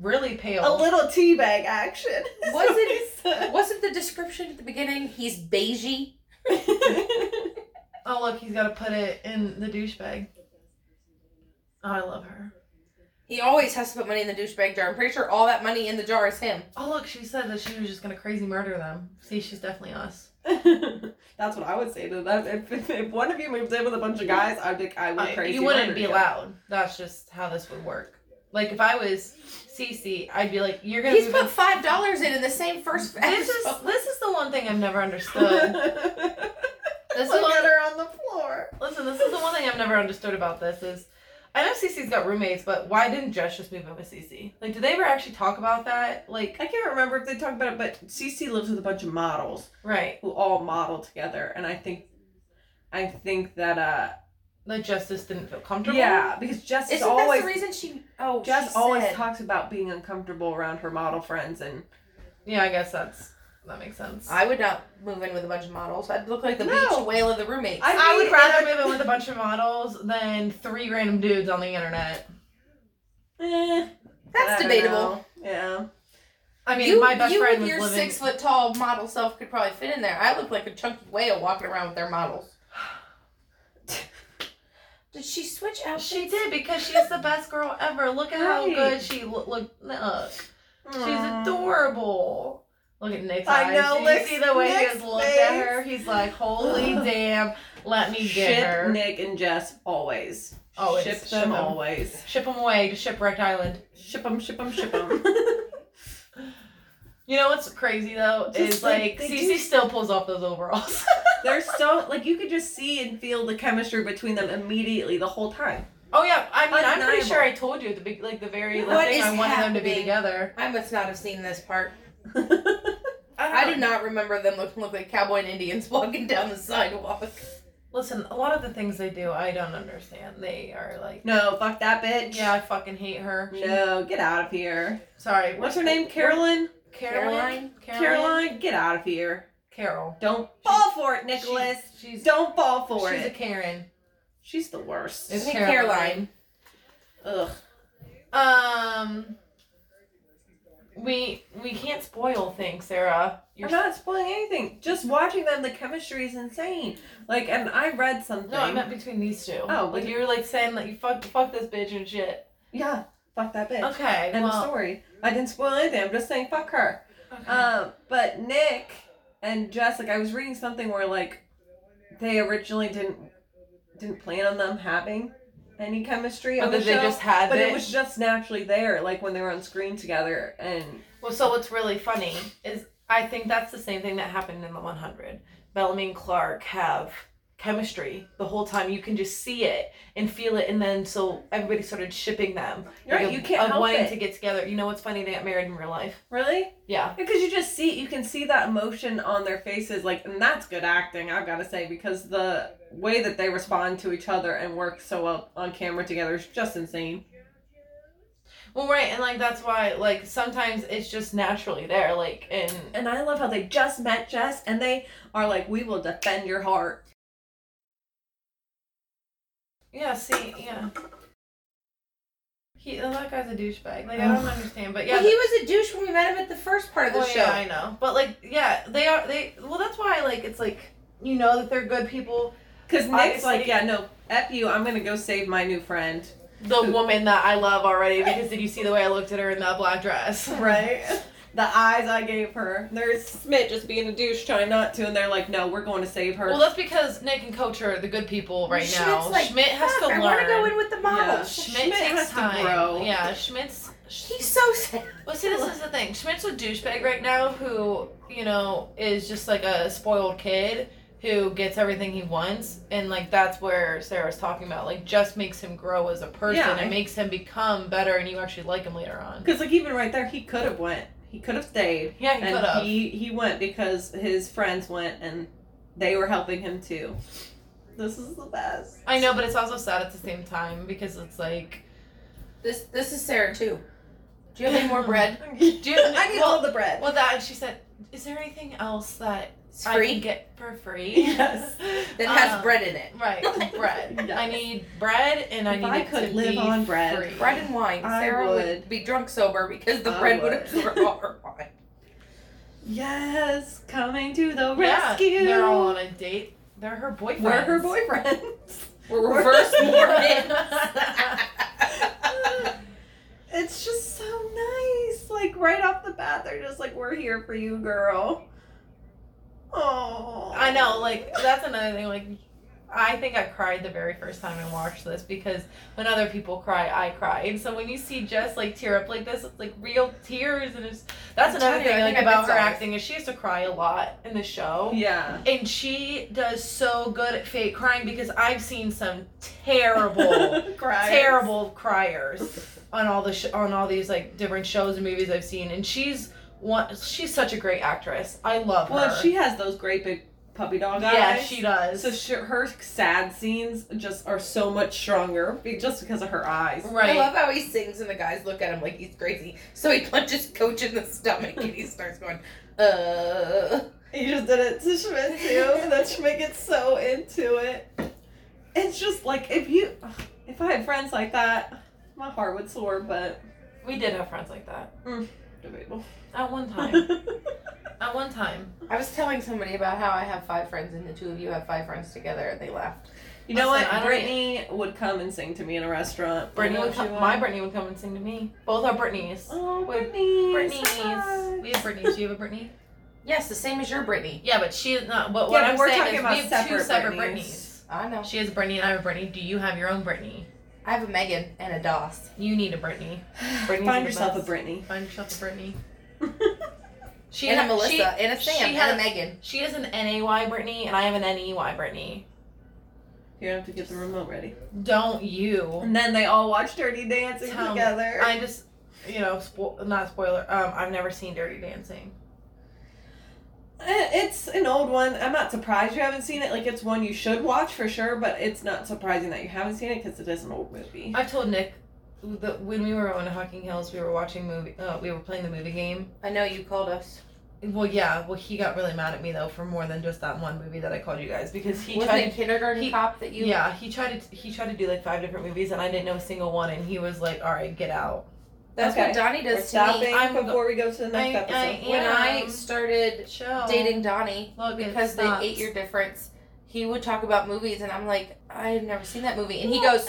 S2: really pale.
S4: a little teabag action. is
S3: Was
S4: what
S3: it-
S4: he said.
S3: Wasn't the description at the beginning? He's beigey.
S2: Oh look, he's got to put it in the douchebag. Oh, I love her.
S3: He always has to put money in the douchebag jar. I'm pretty sure all that money in the jar is him.
S2: Oh look, she said that she was just gonna crazy murder them. See, she's definitely us.
S4: That's what I would say to them. If, if, if one of you moved in with a bunch of guys, I'd be, I would
S2: I-
S4: crazy.
S2: you wouldn't
S4: murder
S2: be
S4: you.
S2: allowed. That's just how this would work. Like if I was Cece, I'd be like, "You're gonna."
S3: He's
S2: move
S3: put
S2: in-
S3: five dollars in in the same first.
S2: This is this is the one thing I've never understood. This is
S4: Look
S2: one-
S4: at her on the floor.
S2: Listen, this is the one thing I've never understood about this is I know Cece's got roommates, but why didn't Jess just move in with Cece? Like, did they ever actually talk about that? Like,
S4: I can't remember if they talked about it, but Cece lives with a bunch of models
S2: right?
S4: who all model together, and I think, I think that uh,
S2: Like, Jess just didn't feel comfortable.
S4: yeah, because Jess is
S3: Isn't
S4: always
S3: that the reason she? Oh,
S4: Jess
S3: she
S4: always
S3: said-
S4: talks about being uncomfortable around her model friends, and
S2: Yeah, I guess that's that makes sense.
S3: I would not move in with a bunch of models. I'd look like the
S4: No.
S3: beach whale of the roommates.
S4: I-
S2: I would
S4: mean,
S2: rather
S4: and I-
S2: move in with a bunch of models than three random dudes on the internet.
S4: eh, I
S3: That's
S4: don't
S3: debatable.
S4: know. Yeah,
S2: I mean,
S3: you,
S2: my best
S3: you
S2: friend
S3: with
S2: was
S3: your
S2: living.
S3: six foot tall model self could probably fit in there. I look like a chunky whale walking around with their models. Did she switch out?
S2: She did because she's the best girl ever. Look at how
S4: Right.
S2: good she lo- look. Look, she's
S4: Aw.
S2: adorable. Look at Nick's
S4: I
S2: eyes.
S4: know,
S2: Did
S4: Nick's-
S2: you see the way he has
S4: Nick's
S2: looked
S4: face.
S2: at her? He's like, holy damn, let me get
S4: Ship
S2: her.
S4: Nick and Jess always.
S2: Always.
S4: Ship
S2: Ship
S4: them
S2: 'em.
S4: always.
S2: Ship him away to Shipwrecked Island.
S4: Ship them, ship them, ship them.
S2: You know what's crazy though
S4: Just
S2: is
S4: like
S2: like,
S4: they
S2: Cece
S4: do-
S2: still pulls off those overalls.
S4: They're so, like, you could just see and feel the chemistry between them immediately the whole time.
S2: oh yeah, I mean I'm pretty
S4: Undeniable.
S2: sure I told you at the big like the very
S3: What
S2: thing
S3: is
S2: I wanted them to be
S3: happening?
S2: together.
S3: I must not have seen this part.
S2: I,
S3: I
S2: don't
S3: did not remember them looking look like cowboy and Indians walking down the sidewalk.
S2: listen. A lot of the things they do, I don't understand. They are like,
S4: no, fuck that bitch.
S2: yeah, I fucking hate her.
S4: No, get out of here.
S2: Sorry,
S4: What's her name? Caroline?
S2: Caroline.
S4: Caroline, get out of here.
S2: Carol.
S4: Don't fall for it, Nicholas.
S2: She's
S4: Don't fall for
S2: she's a
S4: it.
S2: Karen.
S4: she's the worst.
S2: Is
S3: Hey,
S2: Caroline.
S4: Ugg.
S2: Um. We we can't spoil things, Sarah. You're
S4: You're not spoiling anything. Just watching them, the chemistry is insane. Like, and I read something.
S2: no, I meant between these two.
S4: Oh,
S2: like
S4: but-
S2: you were like saying that you fuck fuck this bitch and shit.
S4: yeah, fuck that bitch.
S2: Okay,
S4: End of
S2: well,
S4: story. I didn't spoil anything. I'm just saying, fuck her.
S2: okay.
S4: Um, but Nick and Jess, like I was reading something where like they originally didn't didn't plan on them having any chemistry
S2: but
S4: on the
S2: then they
S4: show,
S2: just had
S4: but
S2: it.
S4: it was just naturally there, like when they were on screen together. And
S2: Well, so what's really funny is I think that's the same thing that happened in the 100. Bellamy and Clark have chemistry the whole time. You can just see it and feel it, and then so everybody started shipping them.
S4: Right,
S2: Like,
S4: you
S2: of-
S4: can't
S2: of
S4: help
S2: wanting
S4: it.
S2: to get together. You know what's funny? They got married in real life.
S4: really,
S2: Yeah.
S4: because you just see, you can see that emotion on their faces, like, and that's good acting, I've got to say, because the way that they respond to each other and work so well on camera together is just insane.
S2: Well, right, and like that's why like sometimes it's just naturally there. Like and
S4: And I love how they just met Jess and they are like, we will defend your heart.
S2: yeah, see, yeah. He that guy's a douchebag. Like I don't understand, but yeah.
S3: well, he was a douche when we met him at the first part of the
S2: Well,
S3: show.
S2: yeah, I know. But like, yeah, they are. They well, that's why like it's like you know that they're good people.
S4: Because Nick's
S2: Obviously-
S4: like, yeah, no, F you, I'm going to go save my new friend.
S2: The woman that I love already because did you see the way I looked at her in that black dress?
S4: Right? the eyes I gave her. There's Smith just being a douche, trying not to, and they're like, no, we're going to save her.
S2: Well, that's because Nick and Coach are the good people right now.
S3: Schmidt's like,
S2: Schmidt has
S3: "Fuck,
S2: to learn.
S3: I want to go in with the models.
S2: Schmidt,
S4: Schmidt
S2: takes
S4: has to
S2: time.
S4: grow.
S2: Yeah, Schmidt's.
S3: He's so sad.
S2: Well, see, this is the thing. Schmidt's a douchebag right now who, you know, is just like a spoiled kid who gets everything he wants. And, like, that's where Sarah's talking about. Like, just makes him grow as a person.
S4: Yeah.
S2: It makes him become better and you actually like him later on.
S4: Because, like, even right there, he could have went. He could have stayed.
S2: Yeah, he could
S4: and
S2: have.
S4: he, he went because his friends went and they were helping him too. This is the best.
S2: I know, but it's also sad at the same time because it's like.
S3: This this is Sarah too. Do you have any more bread?
S4: Do
S2: you-
S4: I need
S2: well-
S4: all the bread.
S2: Well, that, and she said, Is there anything else that
S3: It's
S2: I can
S3: free.
S2: get for free?
S4: Yes.
S3: That has
S2: Um,
S3: bread in it.
S2: Right, bread.
S4: Yes.
S2: I need bread and I
S4: If
S2: need
S4: I
S2: it to
S4: could live
S2: be
S4: on bread.
S2: free.
S3: Bread and wine.
S4: I
S3: Sarah would.
S4: would.
S3: be drunk sober because the
S4: I
S3: bread would
S4: would.
S3: absorb all her wine.
S4: Yes, coming to the
S2: Yeah,
S4: rescue.
S2: They're all on a date. They're her boyfriend.
S4: We're her boyfriends.
S3: We're reverse Mormons.
S4: it's just so nice. Like right off the bat, they're just like, "We're here for you, girl." Oh,
S2: I know, like that's another thing. Like I think I cried the very first time I watched this because when other people cry, I cry. And so when you see Jess like tear up like this, it's like real tears, and it's that's
S3: I'm
S2: another
S3: telling you,
S2: thing
S3: I
S2: like
S3: think I've been
S2: about her
S3: sorry.
S2: acting is she has to cry a lot in the show.
S4: Yeah.
S2: And she does so good at fake crying because I've seen some terrible,
S4: Cry.
S2: terrible criers on all the sh- on all these like different shows and movies I've seen, and she's one. She's such a great actress. I love
S4: Well,
S2: her.
S4: she has those great big puppy dog eyes.
S2: yeah, she does.
S4: So she, her sad scenes just are so much stronger be- just because of her eyes.
S2: right.
S3: I love how he sings and the guys look at him like he's crazy. So he punches Coach in the stomach and he starts going, uh.
S4: You just did it to Schmidt too, and then Schmidt gets so into it. It's just like if you, if I had friends like that, my heart would soar. But
S2: we did have friends like that
S4: debatable.
S2: at one time.
S4: That's
S2: at one time.
S3: I was telling somebody about how I have five friends and the two of you have five friends together and they laughed.
S4: You know
S2: Listen, I
S4: what?
S2: don't
S4: Brittany would come and sing to me in a restaurant.
S2: Brittany
S4: You know
S2: would
S4: she
S2: come, my Brittany would come and sing to me. Both are Brittany's.
S4: Oh,
S2: With
S4: Brittany.
S2: Brittany's. We have Brittany's. Do you have a Brittany?
S3: Yes, the same as your Brittany.
S2: Yeah, but she is not. But
S4: Yeah,
S2: what
S4: but
S2: I'm
S4: we're
S2: saying
S4: talking
S2: is
S4: about
S2: we have two
S4: separate
S2: separate
S4: Britneys.
S2: Britneys.
S3: I know.
S2: She has Brittany and I have Brittany. Do you have your own Brittany?
S3: I have a Megan and a Doss.
S2: You need a Brittany. Brittany's
S4: Find
S2: the
S4: yourself a
S2: best.
S4: Brittany.
S2: Find yourself a Brittany. She
S3: And a
S2: ha-
S3: Melissa
S2: She,
S3: and a
S2: she
S3: Sam
S2: has-
S3: and a Megan.
S2: she is an NAY Brittany, and I have an NEY Brittany.
S4: You're gonna have to get the remote ready.
S2: Don't you?
S4: And then they all watch Dirty Dancing
S2: Tell me.
S4: together.
S2: I just, you know, spo- not spoiler. Um, I've never seen Dirty Dancing.
S4: Eh, It's an old one. I'm not surprised you haven't seen it. Like, it's one you should watch for sure, but it's not surprising that you haven't seen it because it is an old movie.
S2: I've told Nick that when we were on Hocking Hills, we were watching movie. Uh, we were playing the movie game.
S3: I know you called us.
S2: Well, yeah. Well, he got really mad at me though for more than just that one movie that I called you guys because he
S3: Wasn't
S2: tried.
S3: it kindergarten
S2: he-
S3: cop that you
S2: yeah, he tried to he tried to do like five different movies and I didn't know a single one and he was like, "All right, get out."
S3: That's
S4: Okay.
S3: what Donnie
S4: We're
S3: does to
S4: stopping
S3: me.
S2: I'm-
S4: before we go to the next
S2: I-
S4: episode.
S2: I-
S3: When I
S2: Yeah.
S3: started
S2: Chill.
S3: dating Donnie,
S2: Logan,
S3: because the
S2: stop.
S3: eight year difference, he would talk about movies and I'm like, I've never seen that movie. And he
S2: Well,
S3: goes,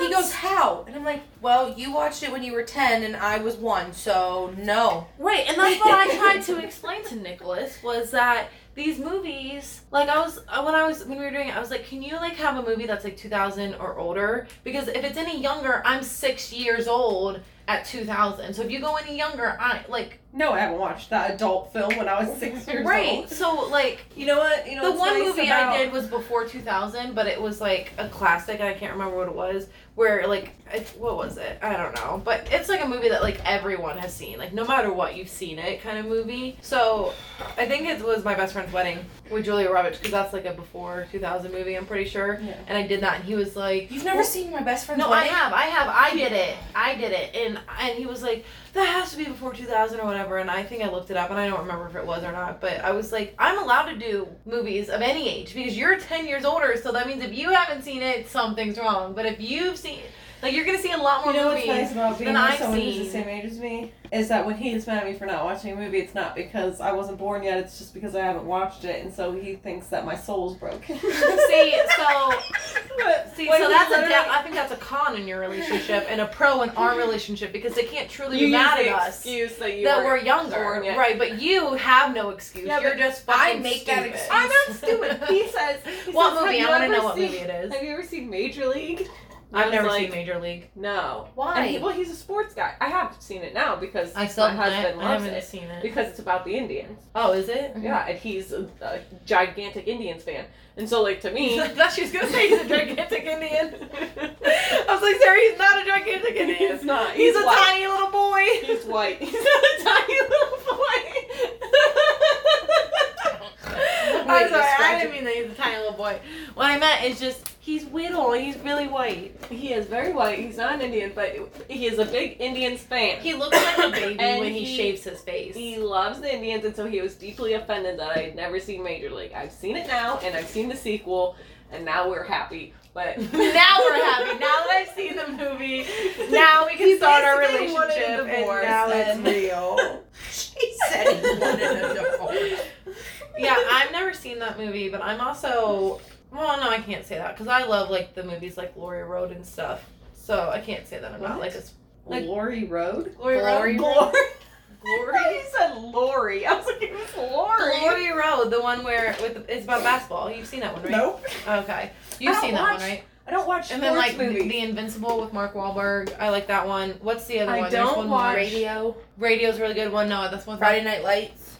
S3: he goes, how? And I'm like, well, you watched it when you were 10 and I was one, so no.
S2: Right, and that's what I tried to explain to Nicholas was that these movies, like I was uh, when I was when we were doing it, I was like, can you like have a movie that's like 2000 or older? Because if it's any younger, I'm six years old at 2000. So if you go any younger, I like
S4: no, I haven't watched that adult film when I was six years
S2: right.
S4: old.
S2: So like
S4: You know what? You know
S2: the
S4: what's
S2: one
S4: nice
S2: movie
S4: about-
S2: I did was before 2000, but it was like a classic. I can't remember what it was. Where like, it, what was it? I don't know. But it's like a movie that like everyone has seen. Like no matter what, you've seen it kind of movie. So I think it was my best friend's wedding with Julia Roberts because that's like a before 2000 movie. I'm pretty sure.
S4: Yeah.
S2: And I did that, and he was like,
S3: You've never seen my best friend's
S2: no, I
S3: wedding?
S2: have, I have, I did it, I did it, and and he was like, that has to be before two thousand or whatever, and I think I looked it up, and I don't remember if it was or not, but I was like, I'm allowed to do movies of any age because you're ten years older, so that means if you haven't seen it, something's wrong. But if you've seen, like, you're gonna see a lot more
S4: You know what's
S2: movies.
S4: nice about being
S2: than
S4: with
S2: I've
S4: someone who's the
S2: seen.
S4: same age as me is that when he is mad at me for not watching a movie, it's not because I wasn't born yet. It's just because I haven't watched it, and so he thinks that my soul's broken.
S2: see, so
S4: But
S2: see,
S4: when
S2: so
S4: he
S2: that's a
S4: literally-
S2: da- I think that's a con in your relationship and a pro in our relationship because they can't truly be
S4: use
S2: mad
S4: the
S2: at us.
S4: Excuse that you
S2: That
S4: were
S2: we're younger,
S4: born yet.
S2: right? But you have no excuse.
S4: Yeah,
S2: You're
S4: but
S2: just
S3: I
S2: fucking
S3: make that
S2: stupid.
S3: excuse.
S4: I'm not stupid. He says. he
S2: What
S4: says,
S2: movie?
S4: "Have
S2: I wanna
S4: you ever
S2: know what
S4: seen-
S2: movie it is."
S4: Have you ever seen Major League? I
S2: I've
S4: was
S2: never
S4: like,
S2: seen Major League.
S4: No.
S3: Why?
S4: And he, well, he's a sports guy. I have seen it now because
S2: I still
S4: my husband
S2: I,
S4: loves
S2: haven't
S4: it
S2: seen it.
S4: because it's about the Indians.
S2: Oh, is it?
S4: Yeah, and he's a, a gigantic Indians fan, and so like to me.
S2: I thought she was gonna say he's a gigantic Indian. I
S4: He's
S2: was like, Sarah, he's not a gigantic Indian.
S4: not.
S2: He's, a
S4: white.
S2: tiny little boy.
S4: He's white. He's a tiny little boy.
S2: I'm
S3: Wait,
S2: sorry, I
S3: describe
S2: didn't mean that he's a tiny little boy. What I meant is just he's whittle. He's really white.
S4: He is very white. He's not an Indian, but he is a big Indians fan.
S2: He looks like a baby
S4: And
S2: when he,
S4: he-
S2: shaves his face.
S4: He loves the Indians, and so he was deeply offended that I had never seen Major League. I've seen it now, and I've seen the sequel, and now we're happy. But
S2: now we're happy. Now that I've seen the movie, now we can start our
S4: basically wanted a
S2: relationship. And
S4: divorce
S2: now it's
S4: and-
S2: real.
S3: She said he wanted a divorce.
S2: yeah, I've never seen that movie, but I'm also well, no, I can't say that because I love like the movies like Glory Road and stuff. So I can't say that I'm not
S4: What?
S2: like a s-
S4: Glory Road.
S2: Glory
S3: Glory
S2: Road.
S4: Glory.
S2: Glory.
S4: He said Lori. I was like, it was Lori.
S2: Glory Road, the one where with the, it's about basketball. You've seen that one, right?
S4: Nope.
S2: Okay,
S4: I
S2: you've
S4: don't
S2: seen that one,
S4: watch
S2: right?
S4: I don't watch
S2: And
S4: sports
S2: then like
S4: movies.
S2: The Invincible with Mark Wahlberg. I like that one. What's the other
S4: I
S2: one?
S4: don't
S2: one
S4: watch-
S3: Radio,
S2: More. Radio's a really good one. No, that's one.
S3: Friday Night Lights.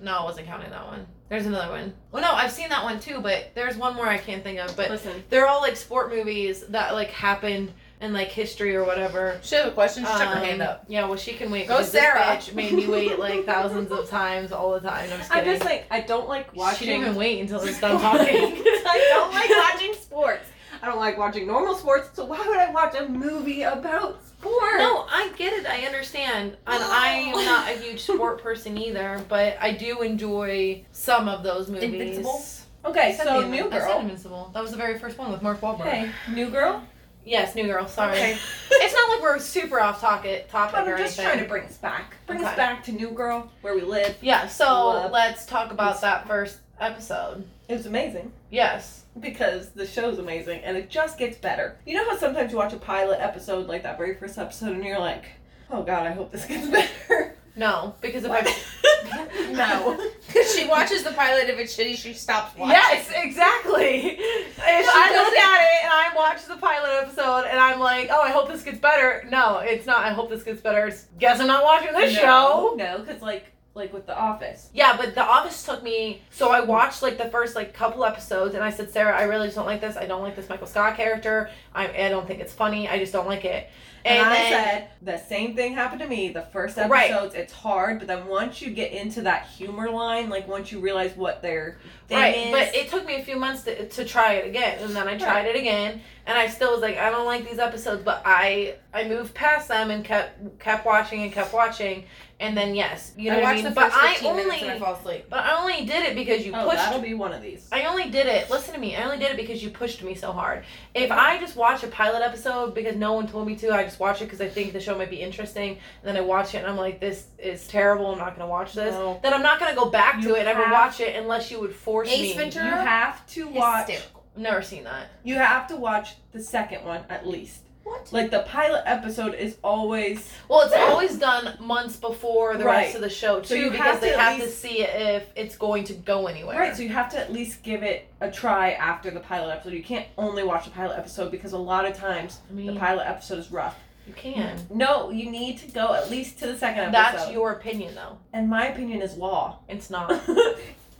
S2: No, I wasn't counting that one. There's another one. Well, no, I've seen that one too, but there's one more I can't think of. But
S4: Listen,
S2: they're all like sport movies that like happened in like history or whatever.
S3: She has a question. She stuck her
S2: Um,
S3: hand up.
S2: Yeah, well, she can wait.
S3: Go,
S2: because this
S3: Sarah.
S2: bitch made me wait like thousands of times all the time. I'm just
S4: I'm
S2: kidding.
S4: just like, I don't like
S2: She
S4: watching.
S2: didn't even wait until it's done talking.
S4: I don't like watching sports. I don't like watching normal sports, so why would I watch a movie about sports?
S2: No, I get it. I understand. And I am not a huge sport person either, but I do enjoy some of those movies.
S3: Invincible?
S4: Okay,
S2: I said
S4: so
S2: the-
S4: New
S2: I said
S4: Girl.
S2: Invincible. That was the very first one with Mark Wahlberg.
S4: Okay, New Girl.
S2: Yes, New Girl. Sorry.
S3: Okay.
S2: It's not like we're super off topic topic
S4: But
S2: or
S4: I'm just
S2: anything.
S4: trying to bring us back. Bring
S2: Okay.
S4: us back to New Girl, where we live.
S2: Yeah, so
S4: Love.
S2: let's talk about that first episode.
S4: It was amazing.
S2: Yes.
S4: because the show's amazing and it just gets better. You know how sometimes you watch a pilot episode, like that very first episode, and you're like, oh god, I hope this gets better.
S2: No, because if I
S4: no.
S3: she watches the pilot. If it's shitty, she stops watching.
S2: Yes, exactly. If I look
S3: doesn't-
S2: at it and I watch the pilot episode and I'm like, oh, I hope this gets better. No, it's not. I hope this gets better. It's, guess I'm not watching this show.
S4: No, because like, like with The Office.
S2: Yeah, but The Office took me. So I watched like the first like couple episodes, and I said, Sarah, I really just don't like this. I don't like this Michael Scott character. I, I don't think it's funny. I just don't like it.
S4: And, I
S2: then-
S4: said, the same thing happened to me. The first
S2: Right.
S4: episodes, it's hard, but then once you get into that humor line, like once you realize what their thing
S2: right,
S4: is.
S2: but it took me a few months to, to try it again, and then I tried it again, and I still was like, I don't like these episodes, but I I moved past them and kept kept watching and kept watching, and then yes, you
S3: I
S2: know what I
S3: watch
S2: mean.
S3: the
S2: But
S3: first
S2: I
S3: 15 minutes and I
S2: only
S3: fall asleep.
S2: but I only did it because you
S4: oh, that'll
S2: pushed.
S4: be one of these.
S2: I only did it. Listen to me. I only did it because you pushed me so hard.
S3: Mm-hmm.
S2: If I just watch a pilot episode because no one told me to, I just watch it because I think the show might be interesting. And then I watch it and I'm like, this is terrible. I'm not gonna watch this.
S4: No.
S2: Then I'm not gonna go back
S4: You
S2: to it and ever
S4: have-
S2: watch it unless you would force me.
S3: Ace
S4: You
S3: Ventura.
S4: have to watch.
S3: Hysterical.
S2: Never seen that.
S4: You have to watch the second one at least.
S3: What?
S4: Like the pilot episode is always
S2: Well, it's always done months before the
S4: Right.
S2: rest of the show too,
S4: So you
S2: because
S4: have to
S2: they
S4: at
S2: have
S4: least-
S2: to see if it's going to go anywhere.
S4: right. So you have to at least give it a try after the pilot episode. You can't only watch the pilot episode because a lot of times
S2: I
S4: the
S2: mean,
S4: pilot episode is rough.
S2: you can.
S4: No, you need to go at least to the second episode.
S2: That's your opinion, though.
S4: and my opinion is law.
S2: It's not.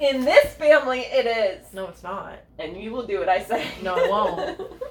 S4: In this family, it is.
S2: No, it's not.
S4: And you will do what I say.
S2: No, I won't.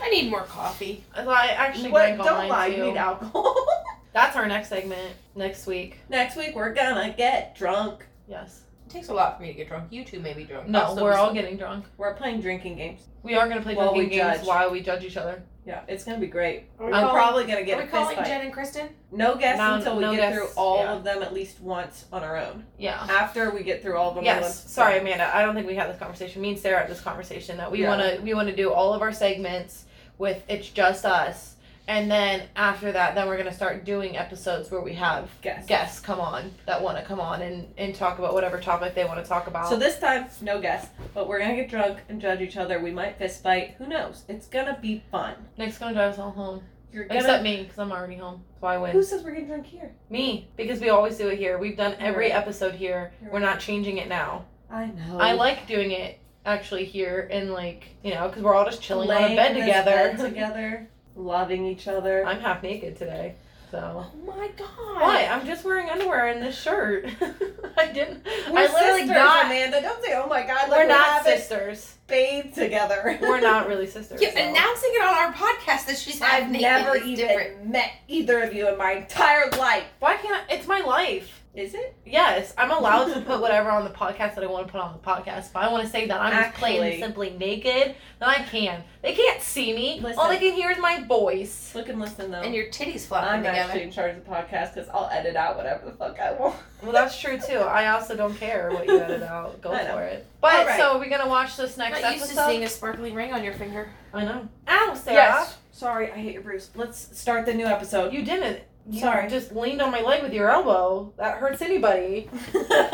S3: I need more coffee.
S2: I thought I actually
S4: what?
S2: drank all
S4: Don't
S2: mine,
S4: lie.
S2: too.
S4: You need alcohol.
S2: That's our next segment next week.
S4: Next week we're gonna get drunk.
S2: Yes.
S3: It takes a lot for me to get drunk. You two may be drunk. I'll
S2: No,
S3: still
S2: we're
S3: be
S2: all
S3: sober.
S2: getting drunk.
S4: We're playing drinking games.
S2: We are gonna play
S4: While
S2: drinking
S4: we
S2: games
S4: judge.
S2: while we judge each other.
S4: Yeah, it's gonna be great.
S3: Are
S4: I'm
S3: we calling-
S4: probably gonna
S3: Are
S4: get
S3: we
S4: a fist
S3: calling
S4: fight.
S3: Jen and Kristen?
S4: No guests
S2: No-
S4: until we
S2: no
S4: get
S2: guests,
S4: through all
S2: yeah.
S4: of them at least once on our own.
S2: Yeah.
S4: After we get through all of them. on
S2: Yes,
S4: one-
S2: sorry, Amanda. I don't think we had this conversation. Me and Sarah had this conversation that we
S4: Yeah.
S2: wanna we wanna do all of our segments with it's just us, and then after that, then we're gonna start doing episodes where we have
S4: Guests.
S2: guests come on that wanna come on and and talk about whatever topic they wanna talk about.
S4: So this time, no guests, but we're gonna get drunk and judge each other. We might fist fight. Who knows? It's gonna be fun.
S2: Nick's gonna drive us all home,
S4: You're gonna.
S2: except me because I'm already home, so I win.
S4: Who says we're gonna drink here?
S2: me because we always do it here. We've done every
S4: Right. Oh.
S2: episode here.
S4: You're
S2: We're not changing it now.
S4: I know.
S2: I like doing it actually here and like you know because we're all just chilling on
S4: Laying
S2: a bed
S4: in this
S2: together.
S4: bed together, loving each other.
S2: I'm half naked today, so.
S3: Oh my god.
S2: Why? I'm just wearing underwear and this shirt. I didn't.
S4: We're
S2: I literally
S4: sisters,
S2: got.
S4: Amanda. Don't say, "Oh my God." like
S2: We're not
S4: haven't
S2: sisters.
S4: bathed together.
S2: We're not really sisters.
S3: Yeah,
S2: so.
S3: announcing it on our podcast that she's half
S4: I've
S3: naked
S4: never
S3: is
S4: even
S3: different.
S4: met either of you in my entire life.
S2: Why can't? I, it's my life.
S4: Is it?
S2: Yes, I'm allowed to put whatever on the podcast that I want to put on the podcast. If I want to say that I'm just
S4: Actually-
S2: plain simply naked, then I can. They can't see me. All they
S4: Listen.
S2: can hear is my voice.
S4: Look and listen though.
S3: And your titties
S4: I'm
S3: flopping
S4: actually
S3: together.
S4: in charge of the podcast because I'll edit out whatever the fuck I want.
S2: Well, that's true too. I also don't care what you edit out. Go
S4: I know.
S2: for it. But
S4: Alright.
S2: so are we gonna watch this next
S3: Not used to
S2: episode?
S3: seeing a sparkling ring on your finger.
S2: I know. Ow, Sarah.
S4: Sorry, I hate your bruise. Let's start the new episode.
S2: You didn't. You
S4: Sorry.
S2: Just leaned on my leg with your elbow. That hurts anybody.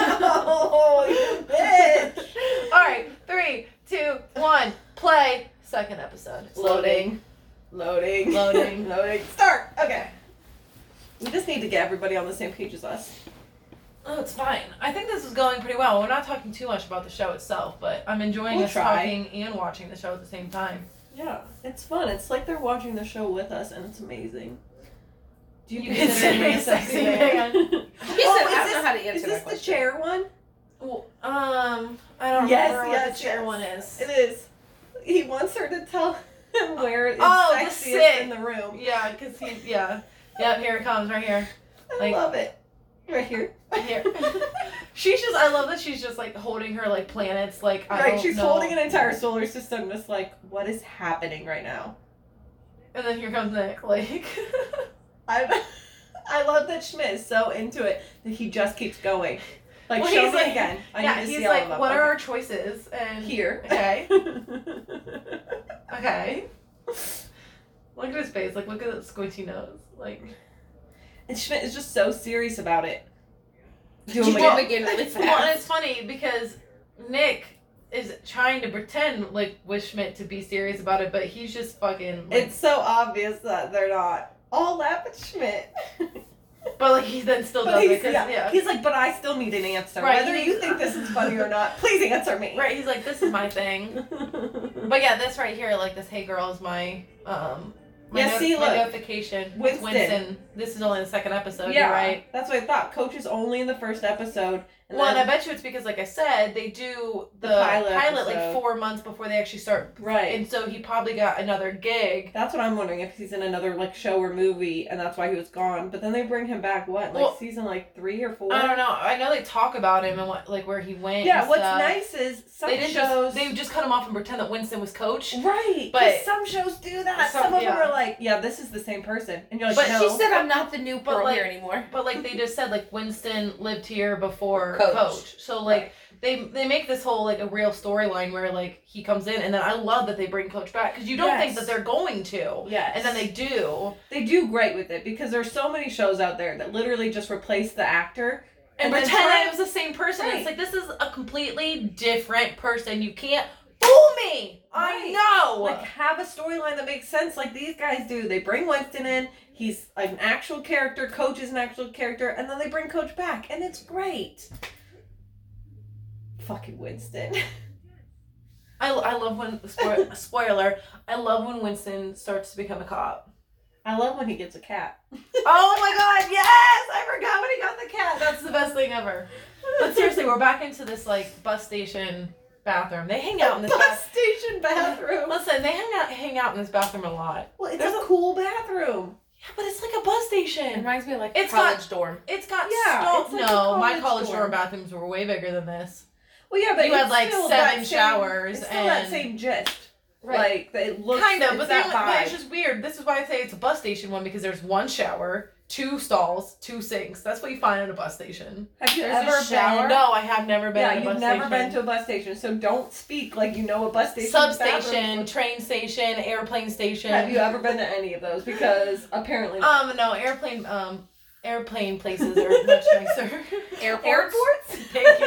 S4: oh, you bitch.
S2: All right, three, two, one, play. Second episode.
S4: Loading. Loading.
S2: Loading.
S4: Loading. Start. Okay. We just need to get everybody on the same page as us.
S2: Oh, it's fine. I think this is going pretty well. We're not talking too much about the show itself, but I'm enjoying
S4: We'll
S2: us
S4: try.
S2: talking and watching the show at the same time.
S4: Yeah, it's fun. It's like they're watching the show with us, and it's amazing. Do you,
S2: You
S4: consider me a sexy man?
S3: You said,
S4: Oh,
S3: I
S4: is
S3: don't know
S4: this-
S3: how to answer
S4: Is
S3: that
S4: this the
S3: question.
S4: chair one?
S2: Well, um, I don't
S4: Yes,
S2: remember what
S4: yes,
S2: the chair
S4: yes.
S2: one is.
S4: It is. He wants her to tell him where it's
S2: Oh, the
S4: sexiest
S2: sit.
S4: in the room.
S2: Yeah, because he, yeah. Yep, here it comes, right here.
S4: I
S2: Like-
S4: love it. Right here.
S2: Here. she's just, I love that she's just like holding her like planets, like, I
S4: right,
S2: don't
S4: she's
S2: know.
S4: holding an entire solar system, just like, what is happening right now?
S2: And then here comes Nick, like.
S4: I, I love that Schmidt is so into it that he just keeps going. Like,
S2: Well,
S4: show
S2: he's
S4: me
S2: like-
S4: again. I
S2: yeah,
S4: need to
S2: he's
S4: see all
S2: like,
S4: of them.
S2: what are
S4: Okay.
S2: our choices? And
S4: here?
S2: Okay.
S4: I
S2: Okay. Look at his face. Like, look at that squinty nose. Like,
S4: And Schmidt is just so serious about it. Do
S3: You
S4: him
S3: do him
S4: again.
S3: again really fast.
S2: well, and it's funny because Nick is trying to pretend like with Schmidt to be serious about it, but he's just fucking. Like,
S4: It's so obvious that they're not all laugh at Schmidt.
S2: but like he then still
S4: But
S2: does it
S4: he's,
S2: 'cause,
S4: yeah,
S2: yeah.
S4: he's like, but I still need an answer.
S2: Right,
S4: Whether
S2: he's-
S4: you think this is funny or not, please answer me.
S2: Right, he's like, this is my thing. But yeah, this right here, like this, hey girl, is my um. My
S4: Yeah, see,
S2: my
S4: look.
S2: notification. It's
S4: Winston.
S2: Winston. This is only the second episode.
S4: yeah,
S2: You're right.
S4: that's what I thought. Coach is only in the first episode. And
S2: well, and I
S4: then,
S2: bet you it's because, like I said, they do the,
S4: The pilot
S2: like
S4: episode.
S2: four months before they actually start,
S4: right.
S2: and so he probably got another gig.
S4: that's what I'm wondering if he's in another like show or movie, and that's why he was gone. But then they bring him back. What like
S2: Well-
S4: season like three or four?
S2: I don't know. I know they talk about him and what, like where he went.
S4: Yeah,
S2: and
S4: what's
S2: stuff.
S4: nice is some
S2: They didn't
S4: shows
S2: just they just cut him off and pretend that Winston was coach.
S4: right,
S2: but-
S4: but some shows do that.
S2: Some-
S4: Some, of
S2: yeah.
S4: them are like, yeah, this is the same person, and you're like,
S2: But
S4: no,
S3: She said, I'm not the new
S2: But,
S3: girl
S2: like-
S3: here anymore.
S2: But like they just said, like Winston lived here before coach.
S3: Coach.
S2: So like they they make this whole like a real storyline where like he comes in and then I love that they bring coach back because you don't think
S4: Yes.
S2: that they're going to.
S4: yes,
S2: And then they do,
S4: they do great with it because there's so many shows out there that literally just replace the actor.
S2: and,
S4: And then
S2: pretend that
S4: try-
S2: it was the same person. It's
S4: Right.
S2: like this is a completely different person. You can't fool me.
S4: Right.
S2: I know.
S4: Like have a storyline that makes sense, like these guys do. They bring Winston in. He's an actual character. Coach is an actual character, and then they bring Coach back, and it's great. Fucking Winston.
S2: I, I love when spoil- spoiler. I love when Winston starts to become a cop.
S4: I love when he gets a cat.
S2: Oh my god, yes! I forgot when he got the cat. That's the best thing ever. But seriously, we're back into this like bus station bathroom. They hang out in this bathroom.
S4: bus station bathroom.
S2: Listen, they hang out hang out in this bathroom a lot.
S4: Well, it's
S2: There's
S4: a cool bathroom.
S2: Yeah, but it's like a bus
S3: It
S2: station.
S3: reminds me of like
S2: It's
S3: college dorm.
S2: It's got
S4: Yeah,
S2: stoned.
S4: it's like a
S2: no, my
S4: college
S2: college
S4: dorm.
S2: dorm bathrooms were way bigger than this.
S4: Well, yeah, but
S2: You had,
S4: it's
S2: like,
S4: still
S2: seven
S4: that
S2: showers
S4: Same, it's still that
S2: and-
S4: same gist.
S2: Right.
S4: Like it looks
S2: kind of,
S4: it's
S2: but, they
S4: that
S2: only- but it's
S4: vibe.
S2: just weird. This is why I say it's a bus station one because there's one shower, two stalls, two sinks. That's what you find at a bus station.
S4: Have you
S3: there's
S4: ever
S3: a shower.
S4: been?
S2: No, I have never been.
S4: yeah,
S2: in a
S4: you've
S2: bus
S4: never
S2: station.
S4: been to a bus station, so don't speak like you know a bus station.
S2: substation,
S4: bathroom.
S2: train station, airplane station.
S4: Have you ever been to any of those? Because apparently,
S2: Um, no, airplane. Um, airplane places are much nicer.
S3: Airports.
S4: airports.
S2: Thank you.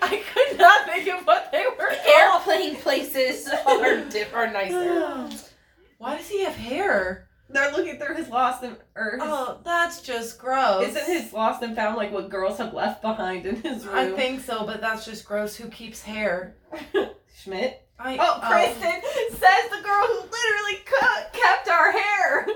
S2: I could not think of what they were. called.
S3: Airplane places are diff- are nicer.
S2: Why does he have hair?
S4: They're looking through his lost and or his,
S2: Oh, that's just gross.
S4: isn't his lost and found like what girls have left behind in his room?
S2: I think so, but that's just gross. Who keeps hair?
S4: Schmidt.
S2: I,
S4: Oh, Kristen says the girl who literally cu- kept our hair.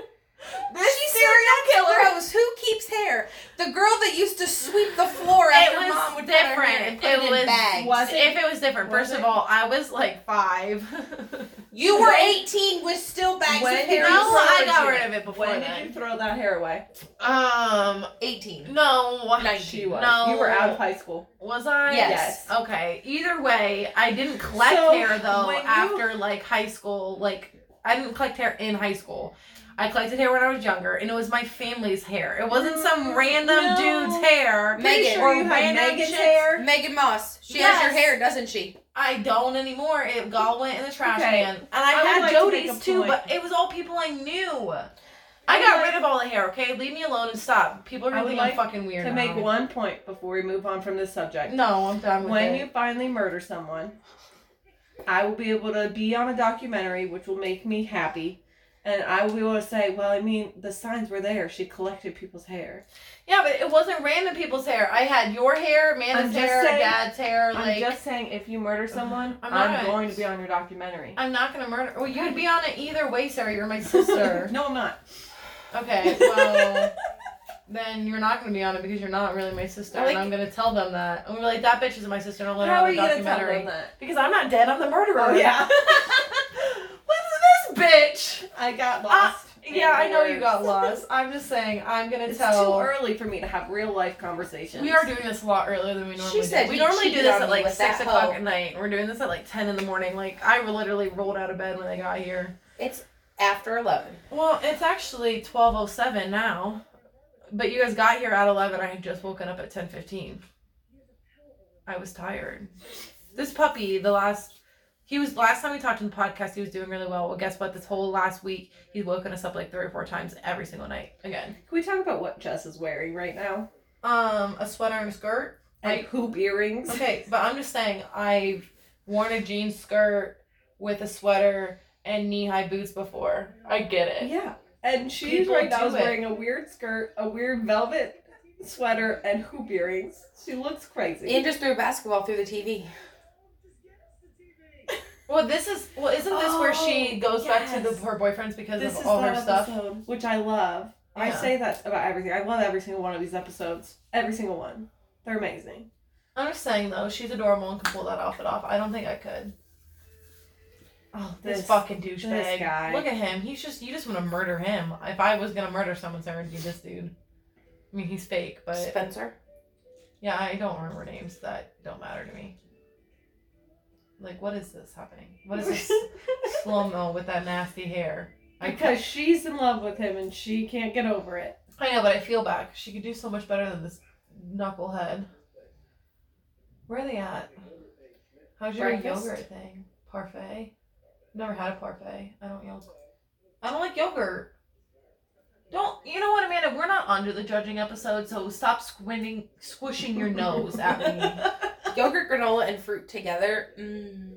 S4: This
S3: She said
S4: serial killer.
S3: Gross. Who keeps hair? The girl that used to sweep the floor after
S2: was
S3: mom would cut her hair and
S2: different.
S3: put
S2: It
S3: it, in
S2: was-
S3: bags.
S4: was it?
S2: If it was different,
S4: Was
S2: first of
S4: it?
S2: all, I was like five.
S3: You were
S4: When-
S3: 18 with still bags
S4: When
S3: of
S4: did
S3: hair.
S2: no,
S4: you throw
S2: I
S4: it
S2: got
S4: to
S2: rid
S4: it?
S2: of it before
S4: When
S2: then.
S4: did you throw that hair away?
S2: Um,
S3: 18.
S2: no.
S4: She was.
S2: No.
S4: You were out of high school.
S2: Was I?
S3: Yes.
S2: Okay. Either way, I didn't collect
S4: So,
S2: hair though
S4: when you-
S2: after like high school. Like I didn't collect hair in high school. I collected hair when I was younger, and it was my family's hair. It wasn't some
S4: Mm,
S2: random
S4: no.
S2: dude's hair.
S4: Pretty
S3: Megan.
S4: sure
S2: Or
S4: you had
S2: random
S4: Megan's
S2: chicks.
S4: hair.
S3: Megan Moss. She has your
S2: Yes.
S3: hair, doesn't she?
S2: I don't anymore. It all went in the trash
S4: Okay.
S2: can, and I,
S4: I would
S2: had
S4: like to make
S2: Jody's
S4: a
S2: too,
S4: point.
S2: but it was all people I knew. I,
S4: I
S2: got
S4: would
S2: rid of all the hair. Okay, leave me alone and stop. People are
S4: I
S2: gonna
S4: would
S2: think I'm
S4: like
S2: fucking weird.
S4: To
S2: now.
S4: make one point before we move on from this subject.
S2: No, I'm done with
S4: When
S2: it.
S4: you finally murder someone, I will be able to be on a documentary, which will make me happy. And I will be able to say, well, I mean, the signs were there. She collected people's hair.
S2: Yeah, but it wasn't random people's hair. I had your hair,
S4: I'm
S2: Amanda's
S4: just
S2: hair,
S4: saying-
S2: Dad's hair.
S4: I'm
S2: Like,
S4: just saying, if you murder someone,
S2: I'm
S4: I'm,
S2: not.
S4: going to be on your documentary.
S2: I'm not gonna murder. Well, you'd be on it either way, Sarah. You're my sister.
S4: no, I'm not.
S2: okay, well, then you're not gonna be on it because you're not really my sister,
S4: Like-
S2: and I'm gonna tell them that. I'm gonna be like, that bitch is my sister, and I'll let her
S4: How
S2: on
S4: are
S2: the
S4: you going to tell
S2: documentary.
S4: them that?
S2: because I'm not dead. I'm the murderer.
S4: Oh, yeah.
S2: What's this bitch?
S4: I got lost. in
S2: Yeah, I know you
S4: words.
S2: got lost. I'm just saying. I'm gonna
S4: It's
S2: tell.
S4: too early for me to have real life conversations.
S2: We are doing this a lot earlier than we normally
S3: She said
S2: do. We
S3: you
S2: normally do
S3: cheated
S2: this
S3: on
S2: at
S3: me
S2: like
S3: with
S2: six
S3: that
S2: o'clock
S3: hoe.
S2: at night. We're doing this at like ten in the morning. Like I literally rolled out of bed when I got here.
S3: It's after 11.
S2: Well, it's actually twelve oh seven now, but you guys got here at eleven. I had just woken up at ten fifteen. I was tired. This puppy, the last. He was last time we talked in the podcast. He was doing really well. Well, guess what? This whole last week, he's woken us up like three or four times every single night. Again,
S4: Can we talk about what Jess is wearing right now?
S2: um, a sweater and a skirt.
S4: And
S2: I-
S4: hoop earrings.
S2: Okay, but I'm just saying I've worn a jean skirt with a sweater and knee high boots before. I get it.
S4: Yeah. And she
S2: People
S4: right now
S2: do
S4: is
S2: it.
S4: wearing a weird skirt, a weird velvet sweater, and hoop earrings. She looks crazy.
S3: Ian just threw a basketball through the TV.
S2: Well, this is well, isn't this where she
S4: Oh,
S2: goes back to the,
S4: yes.
S2: her boyfriends because
S4: this is
S2: of all
S4: that
S2: her stuff?
S4: episode, which I love. I
S2: Yeah.
S4: say that about everything. I love every single one of these episodes. Every single one. They're amazing.
S2: I'm just saying though, she's adorable and can pull that outfit off. I don't think I could.
S4: Oh,
S2: This, fucking douchebag.
S4: guy.
S2: Look at him. He's just you just want to murder him. If I was gonna murder someone, Sarah, it'd be this dude. I mean, he's fake, but
S3: Spencer.
S2: yeah, I don't remember names that don't matter to me. Like, what is this happening? What is this? slow mo with that nasty hair. I
S4: because she's in love with him and she can't get over it.
S2: I know, but I feel bad. She could do so much better than this knucklehead. Where are they at? How's your
S3: Breakfast?
S2: yogurt thing? Parfait. Never had a parfait. I don't yogurt. I don't like yogurt. Don't you know what, Amanda? We're not under the judging episode, so stop squinting, squishing your nose at me.
S3: Yogurt, granola, and fruit together. Mm.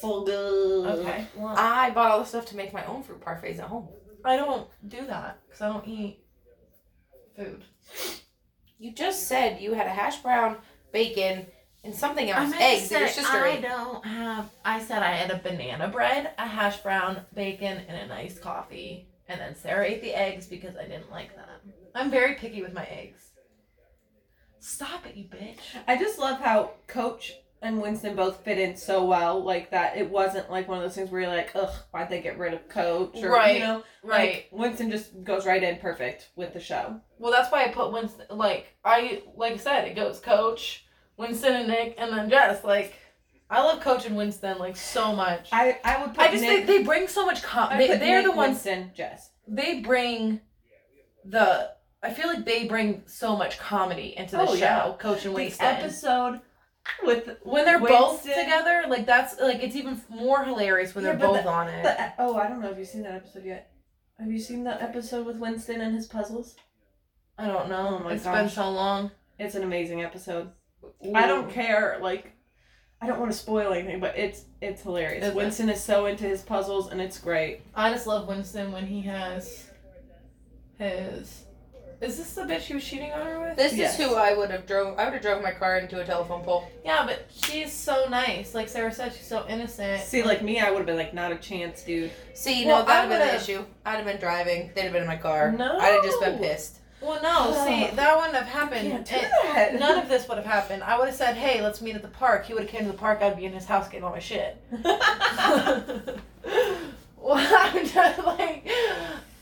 S4: So good.
S2: Okay. Well,
S3: I bought all the stuff to make my own fruit parfaits at home.
S2: I don't do that because I don't eat food.
S3: You just said you had a hash brown, bacon, and something else.
S2: meant to
S3: Eggs that your
S2: say
S3: sister
S2: I
S3: ate.
S2: don't have. I said I had a banana bread, a hash brown, bacon, and an iced coffee. And then Sarah ate the eggs because I didn't like them. I'm very picky with my eggs. Stop it, you bitch.
S4: I just love how Coach and Winston both fit in so well, like that it wasn't like one of those things where you're like, ugh, why'd they get rid of Coach? Or,
S2: Right,
S4: you know, like Winston just goes right in perfect with the show.
S2: well, that's why I put Winston. Like I, like I said, it goes Coach, Winston, and Nick, and then Jess. Like I love Coach and Winston like so much. I,
S4: I I would put
S2: just think
S4: Nick,
S2: they bring so much. Com-
S4: I
S2: they,
S4: put
S2: they're
S4: Nick,
S2: the ones
S4: Winston, Jess.
S2: they bring the I feel like they bring so much comedy into the
S4: Oh,
S2: show,
S4: yeah.
S2: Coach and
S4: The
S2: Winston.
S4: episode with
S2: when they're both
S4: Winston-
S2: together, like that's like it's even more hilarious when
S4: Yeah,
S2: they're
S4: but
S2: both on it.
S4: the, oh, I don't know if you've seen that episode yet. Have you seen the episode with Winston and his puzzles?
S2: I don't know.
S4: Oh my
S2: it's been
S4: gosh.
S2: so long.
S4: It's an amazing episode. I don't care. Like, I don't want to spoil anything, but it's it's hilarious.
S2: Is it?
S4: Winston is so into his puzzles, and it's great.
S2: I just love Winston when he has his. Is this the bitch he was cheating on her with?
S3: This
S4: Yes.
S3: is who I would have drove. I would have drove my car into a telephone pole.
S2: yeah, but she's so nice. Like Sarah said, she's so innocent.
S4: See, like me, I would have been like, not a chance, dude.
S3: See,
S2: Well,
S3: no, that'd
S2: I
S3: have been the
S2: would've-
S3: issue. I'd have been driving. They'd have been in my car.
S4: No.
S3: I'd have just been pissed.
S2: Well, no, see, that wouldn't have happened.
S4: Can't do
S2: And-
S4: that.
S2: None of this would have happened. I would have said, "Hey, let's meet at the park." He would have came to the park. I'd be in his house getting all my shit. well, I'm just like,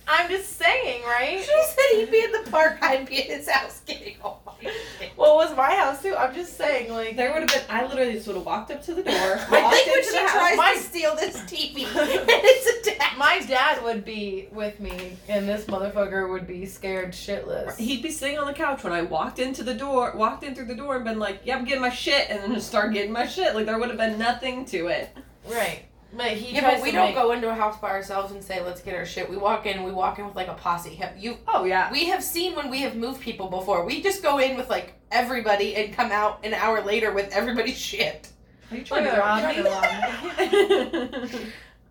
S2: I'm just saying,
S3: She
S2: right?
S3: said he'd be in the park. I'd be in his house getting all my shit.
S2: Well, it was my house too. I'm just saying, like,
S4: There would have been. I literally just would have walked up to the door.
S3: I
S4: walked
S3: think when
S4: into the
S3: she
S4: house.
S3: tries
S2: my-
S3: to steal this TV, and it's attacked.
S2: my dad would be with me, and this motherfucker would be scared shitless.
S4: He'd be sitting on the couch when I walked into the door, walked in through the door, and been like, "Yeah, I'm getting my shit," and then just start getting my shit. Like there would have been nothing to it.
S2: right, but he
S3: Yeah,
S2: tries
S3: but we
S2: to
S3: don't
S2: make-
S3: go into a house by ourselves and say, "Let's get our shit." We walk in. We walk in with like a posse. Have you?
S4: Oh yeah.
S3: We have seen when we have moved people before. We just go in with like everybody and come out an hour later with everybody's shit.
S4: Are you
S2: Look
S4: trying
S2: at her, I'm trying
S4: to
S2: to rob me.
S4: rob me?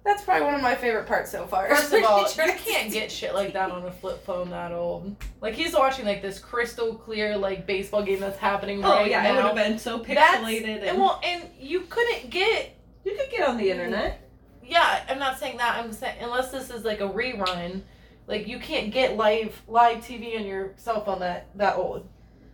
S3: That's probably one of my favorite parts so far.
S2: First of all, you
S3: Trying to-
S2: can't get shit like that on a flip phone that old. Like he's watching like this crystal clear like baseball game that's happening
S4: Oh
S2: right
S4: yeah, it would
S2: now.
S4: have been so
S2: That's-
S4: pixelated.
S2: and
S4: And,
S2: well, and you couldn't get
S4: you could get on the internet.
S2: Yeah, I'm not saying that. I'm saying unless this is like a rerun, like you can't get live live TV on your cell phone that that old.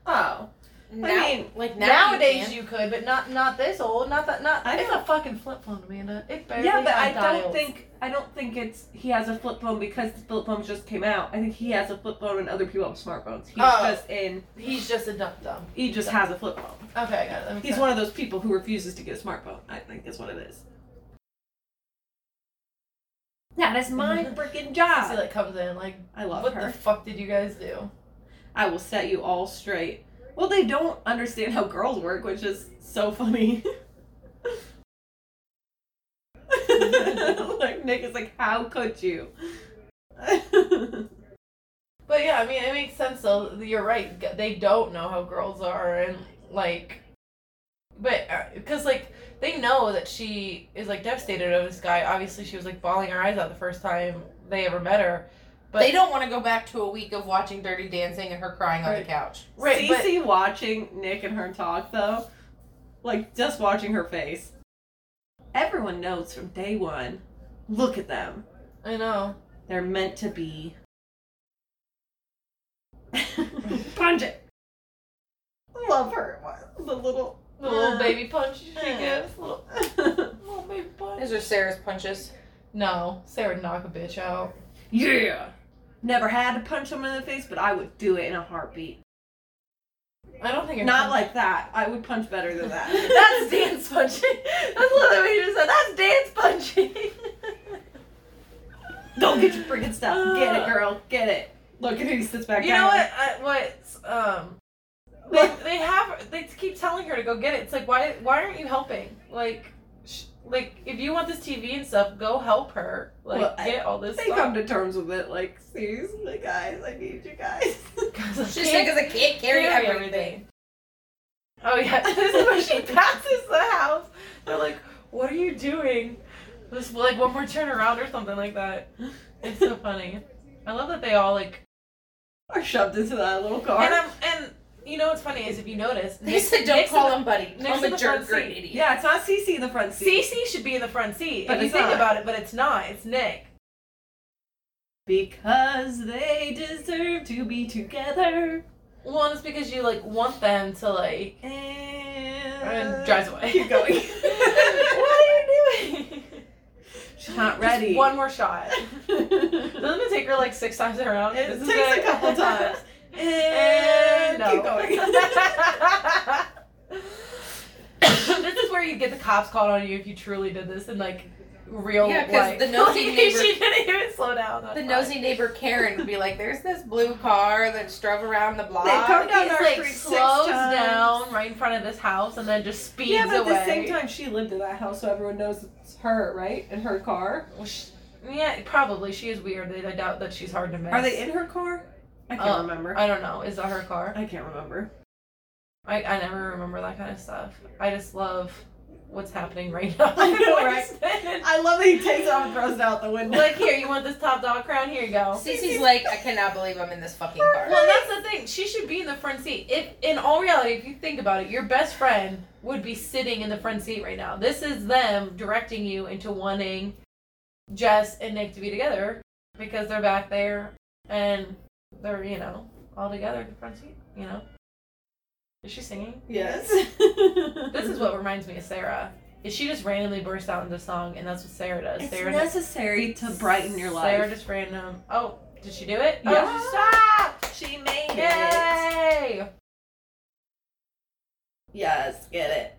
S4: Oh,
S3: Now-
S4: I mean,
S3: like
S2: Nowadays you, could, but not not this old. Not that not.
S4: I
S2: it's
S4: don't-
S2: a fucking flip phone, Amanda. It barely
S4: yeah, but I
S2: had
S4: don't
S2: dials.
S4: think I don't think it's he has a flip phone because the flip phones just came out. I think he has a flip phone and other people have smartphones. He's
S2: Oh.
S4: just in.
S2: he's just a dumb dumb.
S4: He just has a flip phone.
S2: Okay, I got it. That makes
S4: He's
S2: sense.
S4: one of those people who refuses to get a smartphone. I think is what it is. That is my freaking
S2: Cecily
S4: job.
S2: that comes in like,
S4: I love
S2: what
S4: her.
S2: the fuck did you guys do?
S4: I will set you all straight. Well, they don't understand how girls work, which is so funny. like Nick is like, how could you?
S2: But yeah, I mean, it makes sense though. You're right. G- They don't know how girls are, and like, but because like they know that she is like devastated over this guy. Obviously, she was like bawling her eyes out the first time they ever met her. But
S3: they don't want to go back to a week of watching Dirty Dancing and her crying on
S4: Right.
S3: the couch.
S2: right, but
S4: Cece watching Nick and her talk though, like just watching her face. Everyone knows from day one. Look at them.
S2: I know.
S4: They're meant to be. Punch it. Love her. The little
S2: The little
S4: Uh,
S2: baby punch she
S4: uh.
S2: gives. Little, little baby punch.
S3: These are Sarah's punches.
S2: No, Sarah would knock a bitch out.
S4: yeah. Never had to punch someone in the face, but I would do it in a heartbeat.
S2: I don't think you're
S4: Not like that. I would punch better than that.
S2: That's dance punching. That's literally what you just said. That's dance punching.
S4: Don't get your freaking stuff. Get it, girl. Get it. Uh, Look at who he sits back
S2: You know
S4: down.
S2: what? I, what's um. They, they have they keep telling her to go get it. It's like why why aren't you helping? Like sh- like if you want this TV and stuff, go help her. Like
S4: Well, I-
S2: get all this
S4: They
S2: stuff.
S4: come to terms with it. Like, seriously, guys, I need you guys.
S2: 'Cause I
S6: She's
S2: can't
S6: like, 'cause I can't carry
S2: carry
S6: everything.
S2: Oh yeah, this is when she passes the house. They're like, "What are you doing?" Just like one more turn around or something like that. It's so funny. I love that they all like.
S4: Are shoved into that little car.
S2: And I'm and you know what's funny is if you notice,
S3: They
S2: Nick-
S3: said don't
S2: Nick's in
S3: call
S2: the-
S3: him buddy.
S2: Nick's
S3: Call
S2: in
S3: him
S2: the
S3: a
S2: front
S3: jerk or an
S2: seat.
S3: idiot.
S4: yeah, it's not Cece in the front seat.
S2: Cece should be in the front seat.
S4: But
S2: if you
S4: it's
S2: think
S4: not.
S2: about it, but it's not. It's Nick.
S4: Because they deserve to be together.
S2: One is because you like want them to like
S4: And,
S2: and drives away.
S4: Keep going.
S2: what are you doing?
S4: She's not ready.
S2: Just one more shot.
S4: it
S2: Doesn't it take her like six times around? This
S4: takes
S2: is
S4: a
S2: it.
S4: couple times.
S2: And
S4: And keep going.
S2: this is where you get the cops called on you if you truly did this in like real
S3: Yeah, 'cause
S2: life.
S3: the nosy
S2: Like,
S3: neighbor-
S2: she didn't even slow down. that's
S3: The
S2: fine.
S3: nosy neighbor Karen would be like, "There's this blue car that just drove around the block."
S4: They come down
S2: He's
S4: our
S2: like
S4: street six
S2: slows
S4: times.
S2: down right in front of this house and then just speeds
S4: Yeah, but at
S2: away.
S4: the same time, she lived in that house, so everyone knows it's her, right? In her car.
S2: Well, sh yeah, probably she is weird. I doubt that she's hard to miss.
S4: Are they in her car? I can't
S2: Uh,
S4: remember. I,
S2: I don't know. Is that her car?
S4: can't remember.
S2: I, I never remember that kind of stuff. I just love what's happening right now.
S4: I know, right? I love that he takes it off and throws it out the window.
S2: like here, you want this top dog crown? Here you go.
S3: Cece's like, "I cannot believe I'm in this fucking car."
S2: Well, that's the thing. She should be in the front seat. If in all reality, if you think about it, your best friend would be sitting in the front seat right now. This is them directing you into wanting Jess and Nick to be together because they're back there and they're you know all together in the front seat. You know, is she singing?
S4: yes.
S2: This
S4: this
S2: is what reminds me of Sarah. Is she just randomly bursts out into song and that's what Sarah does?
S4: It's
S2: Sarah
S4: necessary to brighten your
S2: Sarah
S4: life.
S2: just random. Oh, did she do it?
S4: Yeah.
S2: Oh,
S4: She made
S2: she stopped. Yay!
S4: Yes, get it.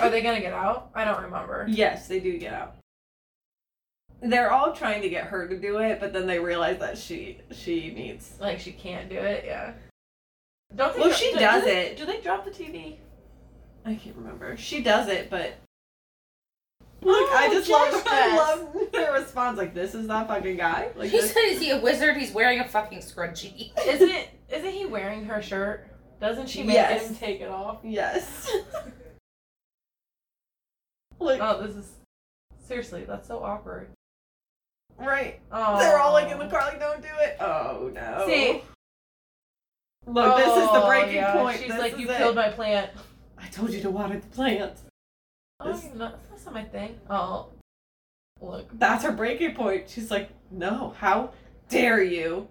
S2: Are they gonna get out? I don't remember.
S4: Yes, they do get out. They're all trying to get her to do it, but then they realize that she she needs.
S2: Like she can't do it. Yeah. Don't they
S4: Well,
S2: dro-
S4: she
S2: do-
S4: does
S2: do they-
S4: it.
S2: Do they drop the TV?
S4: I can't remember. She does it, but
S2: Look,
S4: I just love Oh, I love their response. Like this is that fucking guy. Like
S3: he
S4: this.
S3: said, "Is he a wizard? He's wearing a fucking scrunchie."
S2: Isn't isn't he wearing her shirt? Doesn't she make
S4: Yes.
S2: him take it off?
S4: Yes. Like Oh.
S2: Oh, this is Seriously, that's so awkward.
S4: Right.
S2: Oh,
S4: They're all like in the car, like, don't do it. Oh no.
S2: See,
S4: Look, this is the
S2: oh,
S4: breaking
S2: yeah,
S4: point.
S2: She's
S4: This
S2: like,
S4: is
S2: you
S4: it.
S2: killed my plant.
S4: I told you to water the plants.
S2: Oh,
S4: This-
S2: you're not, that's not my thing. Oh, look.
S4: That's her breaking point. She's like, no, how dare you?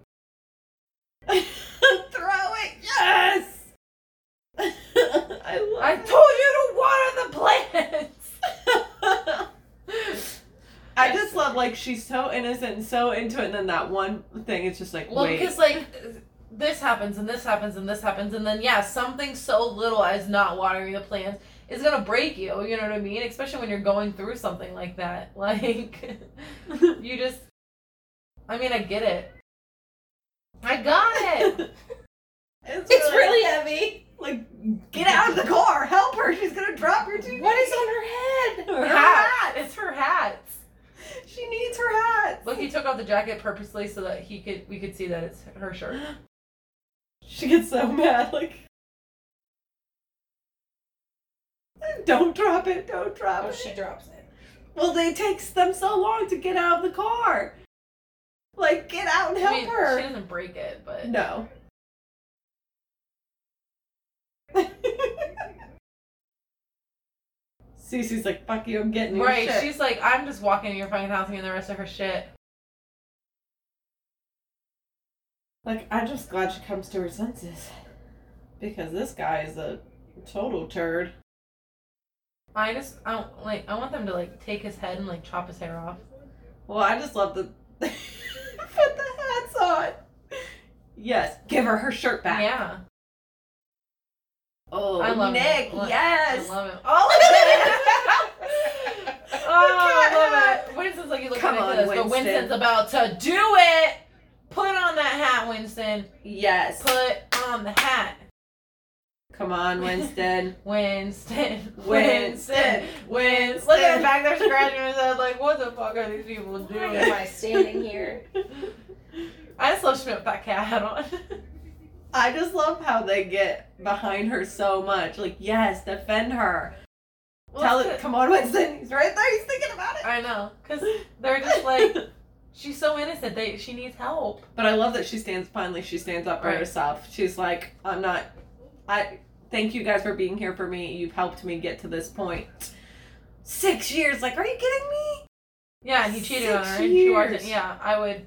S4: Throw it, yes! I love
S2: I told you to water the plants.
S4: I just love like she's so innocent and so into it, and then that one thing is just like
S2: Well,
S4: wait.
S2: because like this happens and this happens and this happens and then yeah, something so little as not watering the plants is gonna break you. You know what I mean? Especially when you're going through something like that. Like you just, I mean, I get it. I got it.
S3: It's really heavy.
S4: like get out of the car, help her. She's gonna drop her too.
S3: What is on her head?
S4: Her hat.
S2: hat. It's her hat.
S4: She needs her hat.
S2: Look, he took off the jacket purposely so that he could we could see that it's her shirt.
S4: She gets so mad, like. Don't drop it, don't drop
S3: Oh,
S4: it.
S3: she drops it.
S4: well, they takes them so long to get out of the car. Like, get out and help
S2: I mean,
S4: her.
S2: She doesn't break it, but
S4: No. Cece's like, fuck you, I'm getting your
S2: right.
S4: shit."
S2: She's like, I'm just walking in your fucking house and getting the rest of her shit.
S4: Like, I'm just glad she comes to her senses. Because this guy is a total turd.
S2: I just I don't, like I want them to like take his head and like chop his hair off.
S4: Well, I just love the put the hats on. Yes, give her her shirt back.
S2: Yeah,
S4: Oh,
S2: I love
S4: Nick.
S2: it. Look,
S4: Yes.
S2: I love it. All of it.
S4: The
S2: oh, I
S4: cat
S2: love it. Winston's like you look
S4: Come on,
S2: ridiculous, but
S4: Winston.
S2: Winston's about to do it. Put on that hat, Winston.
S4: hat. Yes.
S2: Put on the hat,
S4: Come on, Winston.
S2: Winston.
S4: Winston. Oh
S2: Winston. Look at him back there scratching his head, like what the fuck are these people
S3: Why
S2: doing?
S3: am I standing here?
S2: I just love she put that cat hat on.
S4: I just love how they get behind her so much. Like, yes, defend her. Tell it. Come on, Winston. He's right there. He's thinking about it.
S2: I know, cause they're just like she's so innocent. They she needs help.
S4: But I love that she stands finally she stands up for
S2: Right.
S4: herself. She's like, I'm not I thank you guys for being here for me. You've helped me get to this point. Six years, like, are you kidding me?
S2: Yeah, and he cheated on
S4: Six
S2: her, and she wasn't.
S4: years.
S2: Yeah, I would.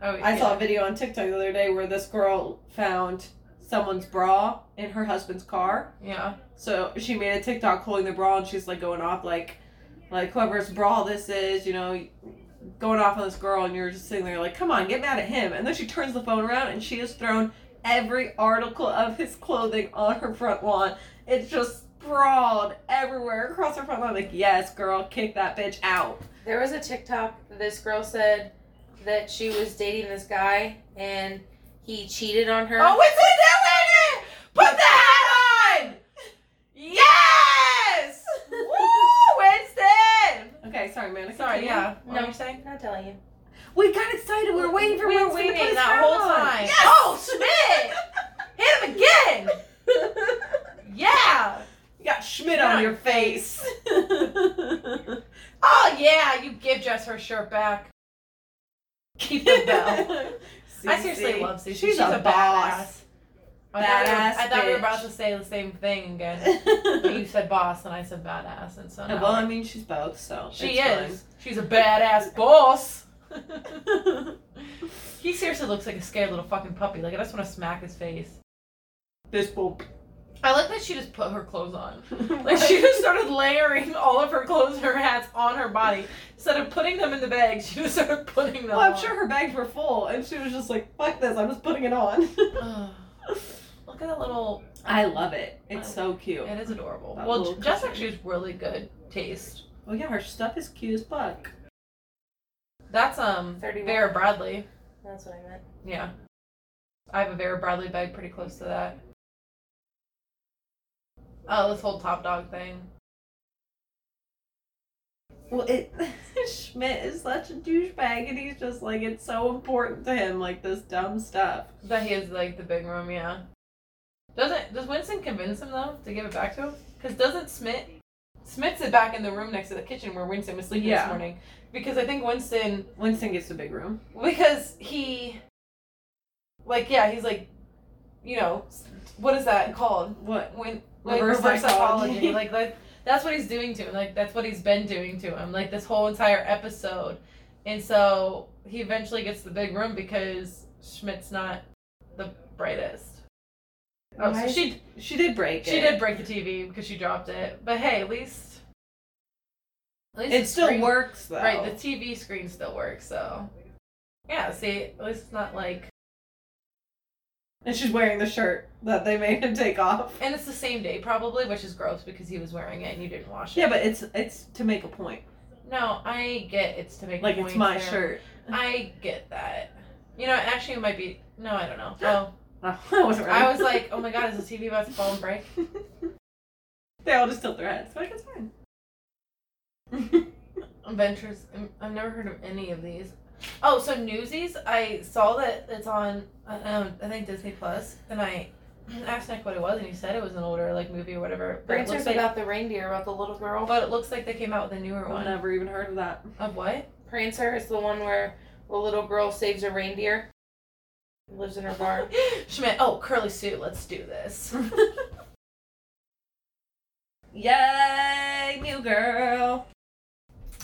S2: I, would,
S4: I
S2: yeah.
S4: saw a video on TikTok the other day where this girl found someone's bra in her husband's car.
S2: Yeah,
S4: So she made a TikTok holding the bra and she's like going off like like whoever's bra this is, you know, going off on this girl and you're just sitting there like, come on, get mad at him. And then she turns the phone around and she has thrown every article of his clothing on her front lawn. It's just sprawled everywhere across her front lawn. Like, yes, girl, kick that bitch out.
S3: There was a TikTok. This girl said that she was dating this guy and he cheated on her.
S4: Oh, it's in Put the hat on! Yes!
S2: Winston.
S4: Okay, sorry, man.
S2: Sorry. Yeah. What
S3: No.
S2: were you saying?
S3: not telling you.
S4: We got excited. We were waiting for
S2: We were
S4: Winston to put
S2: waiting
S4: his
S2: that
S4: hat
S2: whole
S4: on.
S2: time.
S4: Yes!
S2: Oh, Schmidt! Hit him again. Yeah.
S4: You got Schmidt on your face.
S2: Oh yeah. You give Jess her shirt back. Keep the bell. I seriously love Susie. She's, a, boss. Badass. I
S4: Badass
S2: thought, we were, I thought we were about
S4: bitch.
S2: to say the same thing again. But you
S4: boss.
S2: said boss, and I said badass, and so now
S4: well, I mean, she's both, so.
S2: She
S4: it's
S2: is. She's a badass boss.
S4: fine.
S2: he seriously looks like a scared little fucking puppy. Like I just want to smack his face.
S4: this will.
S2: I like that she just put her clothes on. Like she just started layering all of her clothes and her hats on her body instead of putting them in the bag. She just started putting them.
S4: Well, I'm
S2: on.
S4: sure her bags were full, and she was just like, fuck this, I'm just putting it on.
S2: Ugh. Look at that little.
S4: I love it. It's so cute.
S2: It is adorable.
S4: That
S2: well,
S4: little
S2: Jess
S4: cushion.
S2: actually has really good taste.
S4: Oh, yeah, her stuff is cute as fuck.
S2: That's um
S3: 31.
S2: Vera Bradley.
S3: That's what I meant.
S2: Yeah. I have a Vera Bradley bag pretty close to that. Oh, this whole top dog thing.
S4: Well, it Schmidt is such a douchebag, and he's just like it's so important to him, like this dumb stuff.
S2: That he has like the big room, yeah. Doesn't does Winston convince him though to give it back to him? Because doesn't Schmidt Smits it back in the room next to the kitchen where Winston was sleeping
S4: Yeah.
S2: this morning because I think Winston
S4: Winston gets the big room.
S2: because he like yeah he's like you know s- what is that called
S4: What?
S2: when like
S4: Reverse
S2: reverse,
S4: psychology.
S2: psychology. like that, that's what he's doing to him like that's what he's been doing to him like this whole entire episode and so he eventually gets the big room because Schmidt's not the brightest oh so
S4: Why?
S2: she
S4: She did break
S2: she
S4: it.
S2: did break the TV because she dropped it but hey at least at least
S4: It
S2: the
S4: still
S2: screen-
S4: works though.
S2: Right, the TV screen still works, so. Yeah, see, at least it's not like.
S4: and she's wearing the shirt that they made him take off.
S2: And it's the same day, probably, which is gross because he was wearing it and you didn't wash it.
S4: Yeah, but it's it's to make a point.
S2: No, I get it's to make
S4: Like
S2: points
S4: it's my
S2: there.
S4: shirt.
S2: I get that. You know, actually, it might be. No, I don't know. Oh,
S4: Oh, that wasn't right.
S2: I was like, oh my god, is the TV about to fall and break?
S4: they all just tilt their heads. Like it's fine.
S2: Adventures. I'm- I've never heard of any of these. Oh, so Newsies. I saw that it's on. uh, Um, I think Disney Plus, and I asked Nick what it was, and he said it was an older like movie or whatever. But it
S3: Rancher's
S2: looks like,
S3: about the reindeer, about the little girl.
S2: but it looks like they came out with a newer
S4: I've
S2: one.
S4: never even heard of that.
S2: Of what?
S3: Prancer is the one where the little girl saves a reindeer. Lives in her barn.
S2: Schmidt. Oh, Curly Sue. Let's do this.
S4: Yay, new girl.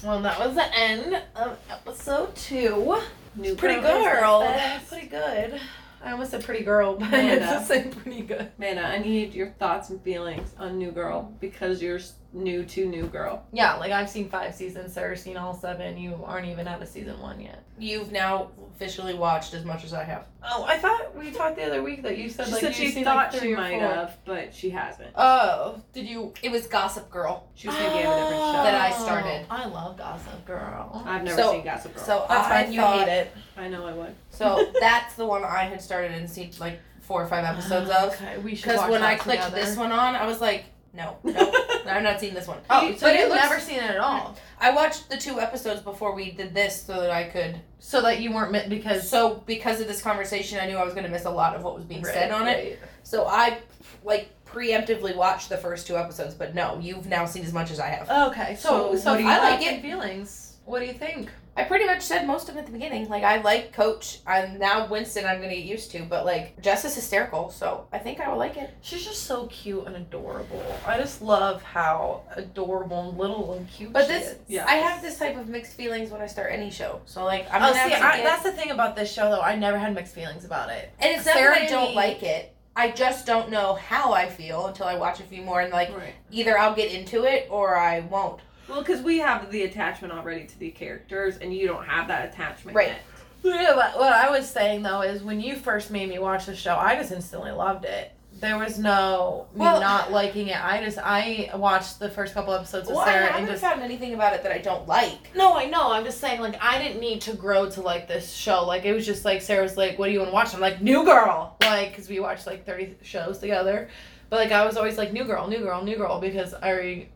S2: Well, that was the end of episode two.
S4: New
S2: Pretty
S4: girl is the
S2: girl.
S4: best.
S2: Pretty good. I almost said pretty girl, but I
S4: Amanda.
S2: just said pretty good.
S4: Mana, I need your thoughts and feelings on New Girl because you're s- new to New Girl.
S2: Yeah, like I've seen five seasons. Sarah's seen all seven. You aren't even out of season one yet.
S3: You've now officially watched as much as I have.
S2: Oh, I thought we talked the other week that you said
S4: she
S2: like
S4: said
S2: you
S4: she thought she might have, but she hasn't.
S2: Oh, did you?
S3: It was Gossip Girl.
S4: She was thinking of a
S2: Oh.
S4: different show.
S3: That I started.
S2: I love Gossip Girl.
S4: I've never
S3: So-
S4: seen Gossip Girl.
S3: So
S2: That's
S3: I
S2: fine. You
S3: thought
S2: hate it.
S4: I know I would.
S3: So that's the one I had started and seen like four or five episodes of.
S2: Oh, Okay, we should.
S3: Because
S2: watch
S3: when
S2: that
S3: I clicked
S2: together.
S3: this one on, I was like, no, no,
S4: Nope.
S3: I've not seen this one.
S2: Oh, so
S3: but
S2: you've
S3: it looks-
S2: never seen it at all.
S3: I watched the two episodes before we did this so that I could.
S2: So that you weren't meant because
S3: So because of this conversation, I knew I was going to miss a lot of what was being
S2: Right,
S3: said on it.
S2: right.
S3: So I like preemptively watched the first two episodes, but no, you've now seen as much as I have.
S2: Okay, so
S4: So
S2: so,
S4: what do you
S2: I like
S3: like?
S2: it. Feelings. What do you think?
S3: I pretty much said most of it at the beginning. Like I like Coach. I'm now Winston. I'm going to get used to, but like Jess is hysterical, so I think I will like it.
S2: She's just so cute and adorable. I just love how adorable and little and cute.
S3: But
S2: she
S3: this-
S2: is.
S4: Yeah.
S3: I have this type of mixed feelings when I start any show. So like I'm gonna
S2: oh,
S3: have
S2: see,
S3: to
S2: I,
S3: get-
S2: that's the thing about this show, though. I never had mixed feelings about it.
S3: and it's not
S2: Sarah
S3: that I don't
S2: Jane-
S3: like it. I just don't know how I feel until I watch a few more and like
S4: Right.
S3: either I'll get into it or I won't.
S4: Well, because we have the attachment already to the characters, and you don't have that attachment
S3: Right.
S4: yet.
S2: Yeah, but what I was saying though is when you first made me watch the show, I just instantly loved it. There was no me
S3: Well-
S2: not liking it. I just I watched the first couple episodes with
S3: Well, I
S2: Sarah
S3: haven't
S2: and just
S3: found anything about it that I don't like.
S2: no, I know. I'm just saying, like, I didn't need to grow to like this show. Like, it was just like Sarah was like, "What do you want to watch?" I'm like, "New Girl," like, because we watched like 30 shows together. But like, I was always like, "New Girl, New Girl, New Girl," because I, re-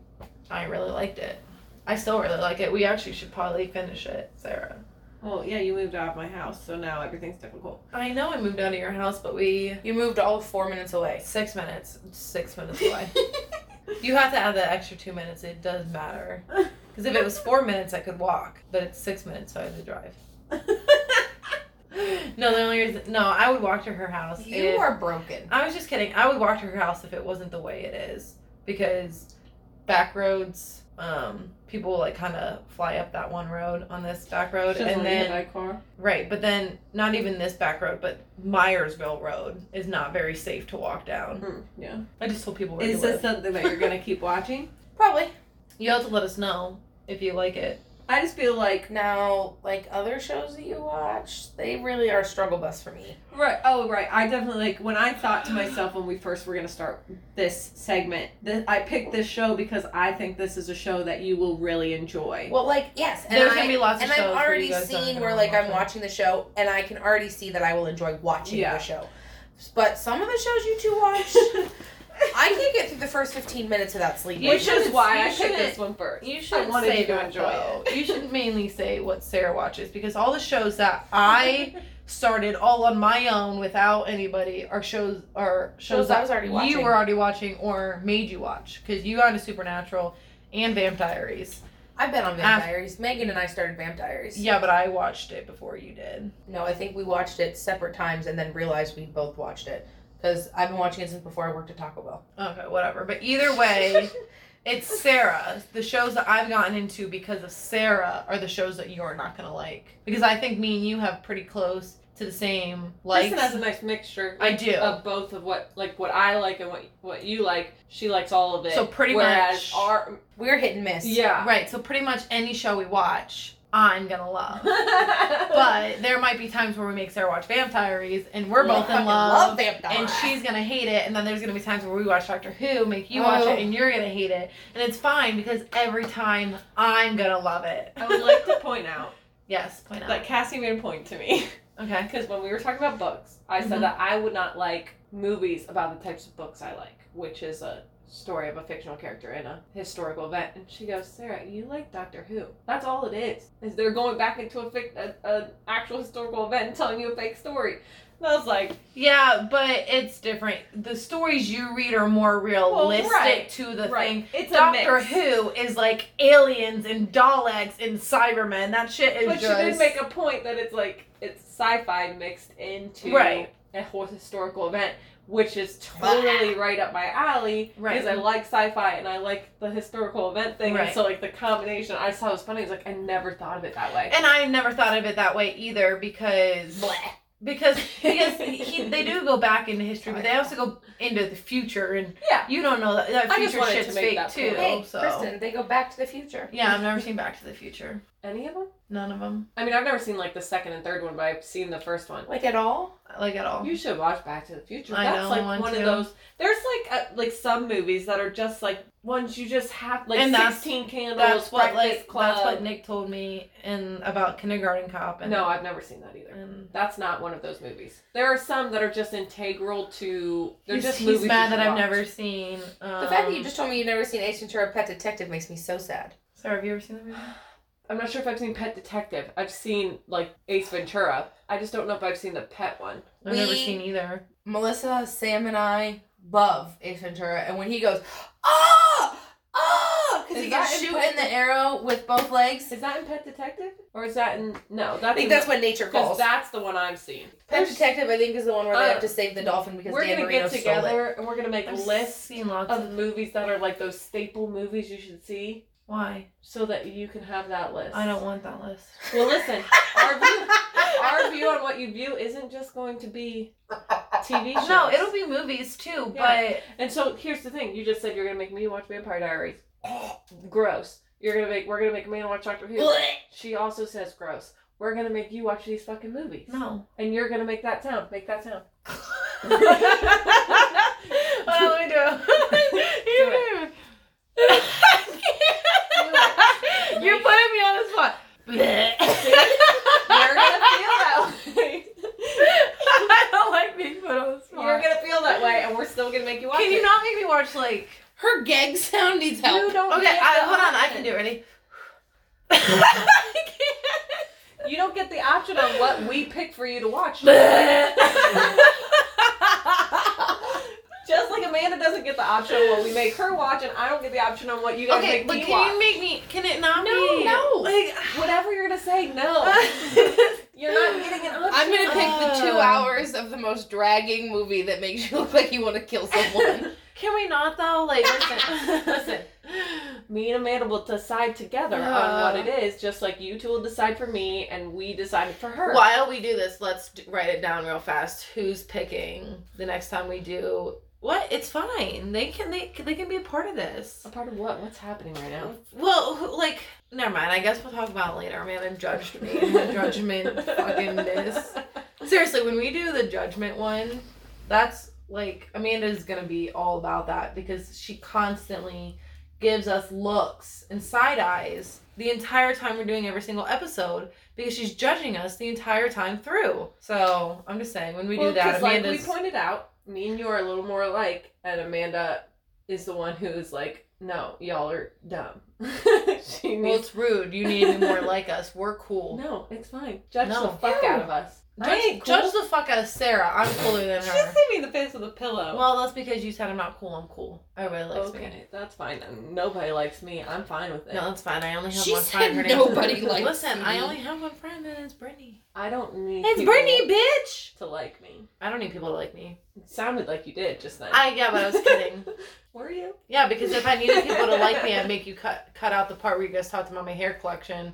S2: I really liked it. I still really like it. We actually should probably finish it, Sarah.
S4: Well, yeah, you moved out of my house, so now everything's difficult.
S2: I know I moved out of your house, but we
S3: You moved all four minutes away.
S2: six minutes, six minutes away. you have to add that extra two minutes. It does matter because if it was four minutes, I could walk, but it's six minutes, so I had to drive. No, the only reason, no, I would walk to her house.
S3: You
S2: if-
S3: are broken.
S2: I was just kidding. I would walk to her house if it wasn't the way it is because back roads, um, people like kind of fly up that one road on this back road, and then
S4: my car.
S2: right, but then not even this back road, but Myersville Road is not very safe to walk down.
S4: yeah.
S2: I just told people where to
S4: Is this
S2: live.
S4: something that you're gonna keep watching?
S3: Probably.
S2: You have to let us know if you like it.
S4: I just feel like
S3: Now, like other shows that you watch, they really are a struggle bus for me.
S4: right. Oh, right. I definitely like when I thought to myself when we first were gonna start this segment. That I picked this show because I think this is a show that you will really enjoy.
S3: Well, like yes, and
S2: There's
S3: I,
S2: gonna be lots of
S3: and
S2: shows
S3: I've
S2: where you
S3: already
S2: guys aren't
S3: seen
S2: gonna
S3: where
S2: wanna
S3: like
S2: watch
S3: I'm
S2: it.
S3: watching the show, and I can already see that I will enjoy watching
S4: Yeah.
S3: the show. But some of the shows you two watch, I can't get through the first 15 minutes without sleeping.
S2: You
S4: Which is
S2: shouldn't- you
S4: why I picked
S2: shouldn't-
S4: this one first.
S2: You
S4: I
S2: should
S4: wanted
S2: say
S4: you to
S2: that,
S4: enjoy
S2: though. You should mainly say what Sarah watches because all the shows that I started all on my own without anybody are shows are shows,
S3: Shows I was already
S2: you
S3: watching.
S2: were already watching or made you watch because you got into Supernatural and Vamp Diaries.
S3: I've been on Vamp
S2: Ah.
S3: Diaries. Megan and I started Vamp Diaries.
S2: Yeah, but I watched it before you did.
S3: No, I think we watched it separate times and then realized we both watched it because I've been watching it since before I worked at Taco Bell.
S2: Okay, whatever. But either way, it's Sarah. The shows that I've gotten into because of Sarah are the shows that you're not gonna like because I think me and you have pretty close to the same likes.
S4: Kristen has a Oh, nice mixture.
S2: I do.
S4: of both of what like what I like and what what you like. She likes all of it.
S2: So pretty
S4: Whereas
S2: much-
S4: our
S3: We're hit and miss.
S4: yeah.
S2: Right. So pretty much any show we watch, I'm gonna love. but there might be times where we make Sarah watch Vamp Diaries and we're
S3: We
S2: both
S3: fucking
S2: in love.
S3: Vamp Diaries.
S2: Um, and she's gonna hate it, and then there's gonna be times where we watch Doctor Who, make you watch
S3: Oh.
S2: it, and you're gonna hate it, and it's fine because every time I'm gonna love it.
S4: I would like to point out
S2: Yes, point out.
S4: that Cassie made a point to me
S2: okay.
S4: because when we were talking about books, I
S2: Mhm.
S4: said that I would not like movies about the types of books I like, which is a story of a fictional character in a historical event. And she goes, Sarah, you like Doctor Who? That's all it is. Is they're going back into a fic- a, a actual historical event and telling you a fake story. And I was like,
S2: Yeah, but it's different. The stories you read are more realistic
S4: right,
S2: to the
S4: right.
S2: thing.
S4: It's a
S2: Doctor
S4: mix.
S2: Who is like aliens and Daleks and Cybermen. That shit is
S4: But she
S2: just.
S4: did make a point that it's like it's sci-fi mixed into
S2: Right.
S4: a whole historical event, which is totally right up my alley.
S2: Right.
S4: Because I like sci-fi and I like the historical event thing,
S2: Right.
S4: and so like the combination I saw was funny. It's like I never thought of it that way.
S2: and I never thought of it that way either because because because he, they do go back into history, but they also go into the future, and
S4: Yeah.
S2: you don't know that, that
S4: I just
S2: future
S4: wanted to
S2: shit's
S4: make
S2: fake
S4: that
S2: too.
S4: point.
S3: Hey,
S2: so
S3: Kristen, they go back to the future.
S2: yeah, I've never seen Back to the Future.
S4: Any of them?
S2: None of them,
S4: I mean, I've never seen like the second and third one, but I've seen the first one.
S3: Like at all?
S2: like at all.
S4: You should watch Back to the Future.
S2: I
S4: That's
S2: know, I
S4: like
S2: want
S4: one
S2: to.
S4: of those. There's like a, like some movies that are just like ones you just have like
S2: And that's-
S4: sixteen candles.
S2: That's what
S4: Breakfast
S2: like
S4: Club.
S2: that's what Nick told me and about Kindergarten Cop and
S4: No, I've never seen that either.
S2: and
S4: That's not one of those movies. There are some that are just integral to. They're
S2: he's,
S4: just
S2: he's
S4: movies
S2: mad
S4: you
S2: that I've
S4: watch.
S2: never seen. Um,
S3: The fact that you just told me you've never seen Ace Ventura: Pet Detective makes me so sad.
S2: Sarah, have you ever seen that movie?
S4: I'm not sure if I've seen Pet Detective. I've seen like Ace Ventura. I just don't know if I've seen the pet one.
S2: I've never
S3: We-
S2: seen either.
S3: Melissa, Sam, and I love Ace Ventura, and when he goes, ah, ah, because
S4: Is
S3: he can
S4: that in
S3: shoot
S4: Pet
S3: in the arrow with both legs.
S4: Is that in Pet Detective or is that in? No, that's
S3: I think
S4: in-
S3: that's what nature
S4: because
S3: calls.
S4: that's the one I've seen.
S3: Pet Detective, I think, is the one where they
S4: Uh,
S3: have to save the dolphin because
S4: We're
S3: Dan
S4: gonna
S3: Marino
S4: get
S3: stole it.
S4: together and we're gonna make
S2: I've
S4: lists
S2: seen lots
S4: of
S2: of.
S4: movies that are like those staple movies you should see,
S2: Why?
S4: so that you can have that list.
S2: I don't want that list.
S4: Well, listen, our view, our view on what you view isn't just going to be TV shows.
S2: No, it'll be movies too,
S4: Yeah.
S2: but
S4: And so here's the thing: you just said you're gonna make me watch Vampire Diaries. gross. You're gonna make we're gonna make Amanda watch Doctor Who. she also says gross. We're gonna make you watch these fucking movies,
S2: no.
S4: and you're gonna make that sound. Make that sound.
S2: Hold on, let me do it. You
S4: Do
S2: do it. You're putting me on the spot.
S4: You're gonna feel that way.
S2: I don't like being put on the spot.
S4: you're gonna feel that way, and we're still gonna make you watch.
S2: Can you
S4: it.
S2: not make me watch like?
S3: Her gag sound needs
S4: You don't.
S2: Okay,
S4: get
S2: I,
S4: the
S2: hold on. I
S4: option.
S2: can do it. Ready?
S4: You don't get the option on what we pick for you to watch. Just like Amanda doesn't get the option on what we make her watch, and I don't get the option on what you guys
S2: okay,
S4: make
S2: but
S4: me
S2: can
S4: watch.
S2: you make me? Can it not
S4: No,
S2: be?
S4: no.
S2: Like,
S4: Whatever you're gonna say, no. You're not getting an option.
S3: I'm gonna pick the two
S2: Oh.
S3: hours of the most dragging movie that makes you look like you want to kill someone.
S2: can we not though? Like,
S4: listen, listen. Me and Amanda will decide together
S2: Uh.
S4: on what it is, just like you two will decide for me, and we decide for her.
S2: While we do this, let's d- write it down real fast. Who's picking the next time we do? What? It's fine. They can they they can be a part of this.
S4: A part of what? What's happening right now?
S2: Well, who- like never mind. I guess we'll talk about it later. Man, judged me. and her judgment fucking this. Seriously, when we do the judgment one, that's like Amanda's gonna be all about that because she constantly gives us looks and side eyes the entire time we're doing every single episode because she's judging us the entire time through. So I'm just saying when we
S4: Well,
S2: do that,
S4: 'cause, like we
S2: Amanda's
S4: pointed out, me and you are a little more alike, and Amanda is the one who is like, "No, y'all are dumb," she
S2: Well,
S4: needs.
S2: it's rude. You need to be more like us. We're cool.
S4: no, it's fine. Judge
S2: No.
S4: the fuck out of us. I
S2: Judge,
S4: ain't
S2: judge the fuck out of Sarah. I'm cooler than
S4: She
S2: her.
S4: just hit me in the face with a pillow.
S2: Well, that's because you said I'm not cool. I'm cool. Everybody likes
S4: okay,
S2: me.
S4: that's fine. Nobody likes me. I'm fine with it.
S2: No, that's fine. I only have
S5: She
S2: one friend.
S5: said
S2: Her name-
S5: nobody likes
S2: Listen, I
S5: me.
S2: only have one friend, and it's Brittany.
S4: I don't need.
S2: It's
S4: people
S2: Brittany, bitch.
S4: to like me.
S2: I don't need people to like me.
S4: It sounded like you did just then.
S2: I yeah, but I was kidding.
S4: Were you?
S2: Yeah, because if I needed people to like me, I'd make you cut cut out the part where you guys talked about my hair collection,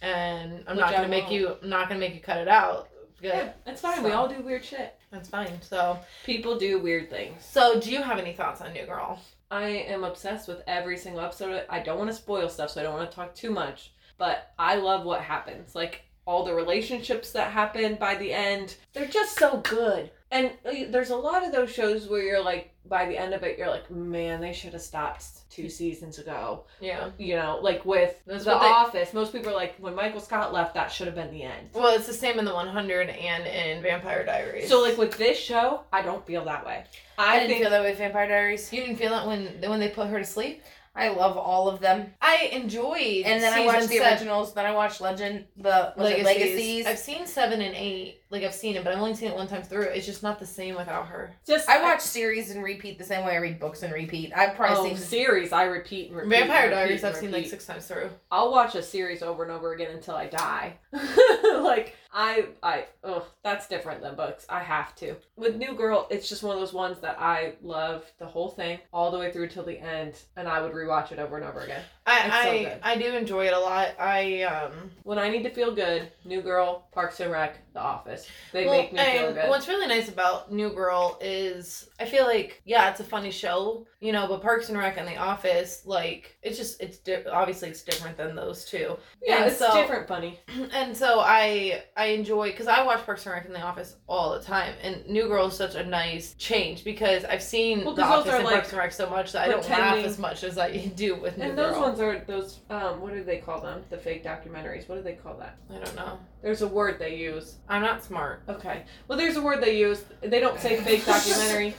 S2: and I'm
S4: Which
S2: not
S4: I
S2: gonna make
S4: won't.
S2: you. I'm not gonna make you cut it out. Good.
S4: Yeah, it's fine. We
S2: So.
S4: all do weird shit.
S2: That's fine. So,
S4: People do weird things.
S2: so do you have any thoughts on New Girl?
S4: I am obsessed with every single episode. I don't want to spoil stuff, so I don't want to talk too much. But I love what happens. Like all the relationships that happen by the end, they're just so good. And uh, there's a lot of those shows where you're like, by the end of it, you're like, man, they should have stopped two seasons ago.
S2: Yeah.
S4: You know, like with
S2: That's
S4: The
S2: what they-
S4: Office, most people are like, when Michael Scott left, that should have been the end.
S2: Well, it's the same in the 100 and in Vampire Diaries.
S4: So like with this show, I don't feel that way.
S3: I,
S4: I,
S3: didn't
S4: think
S3: feel that way with Vampire Diaries.
S2: you didn't feel that when when they put her to sleep.
S3: I love all of them.
S2: I enjoyed.
S3: And then I
S2: season
S3: watched the
S2: seven-
S3: originals. Then I watched Legend, the was it
S2: Legacies.
S3: Legacies.
S2: I've seen seven and eight. Like I've seen it, but I've only seen it one time through. It's just not the same without her.
S4: just
S3: I watch series and repeat the same way I read books and repeat. I've
S4: oh,
S3: probably seen
S4: series. I repeat and repeat.
S2: Vampire
S4: and repeat
S2: Diaries.
S4: and
S2: I've seen like
S4: repeat.
S2: six times through.
S4: I'll watch a series over and over again until I die. like I I oh that's different than books. I have to. With New Girl, it's just one of those ones that I love the whole thing all the way through till the end, and I would rewatch it over and over again. It's so
S2: I
S4: good.
S2: I, I do enjoy it a lot. I um.
S4: When I need to feel good, New Girl, Parks and Rec, The Office. They
S2: well,
S4: make me feel
S2: and
S4: good.
S2: What's really nice about New Girl is I feel like yeah, it's a funny show, you know, but Parks and Rec and The Office, like it's just it's di- obviously it's different than those two.
S4: yeah,
S2: and
S4: it's
S2: so-
S4: different, funny.
S2: and so I I enjoy because I watch Parks and Rec in the office all the time, and New Girl is such a nice change because I've seen
S4: Well,
S2: the
S4: 'cause
S2: office
S4: those are,
S2: and
S4: like,
S2: Parks and Rec so much that I don't laugh
S4: pretending-
S2: as much as I do with New
S4: And
S2: Girl.
S4: those ones are those um what do they call them? The fake documentaries. What do they call that?
S2: I don't know.
S4: There's a word they use.
S2: I'm not smart.
S4: Okay. Well, there's a word they use. They don't say fake documentary.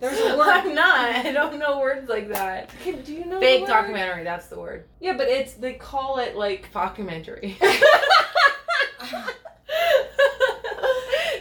S4: There's a word.
S2: I'm not. I don't know words like that.
S4: Can- Do you know?
S2: Fake
S4: the word?
S2: documentary. That's the word.
S4: Yeah, but it's they call it like
S2: Documentary.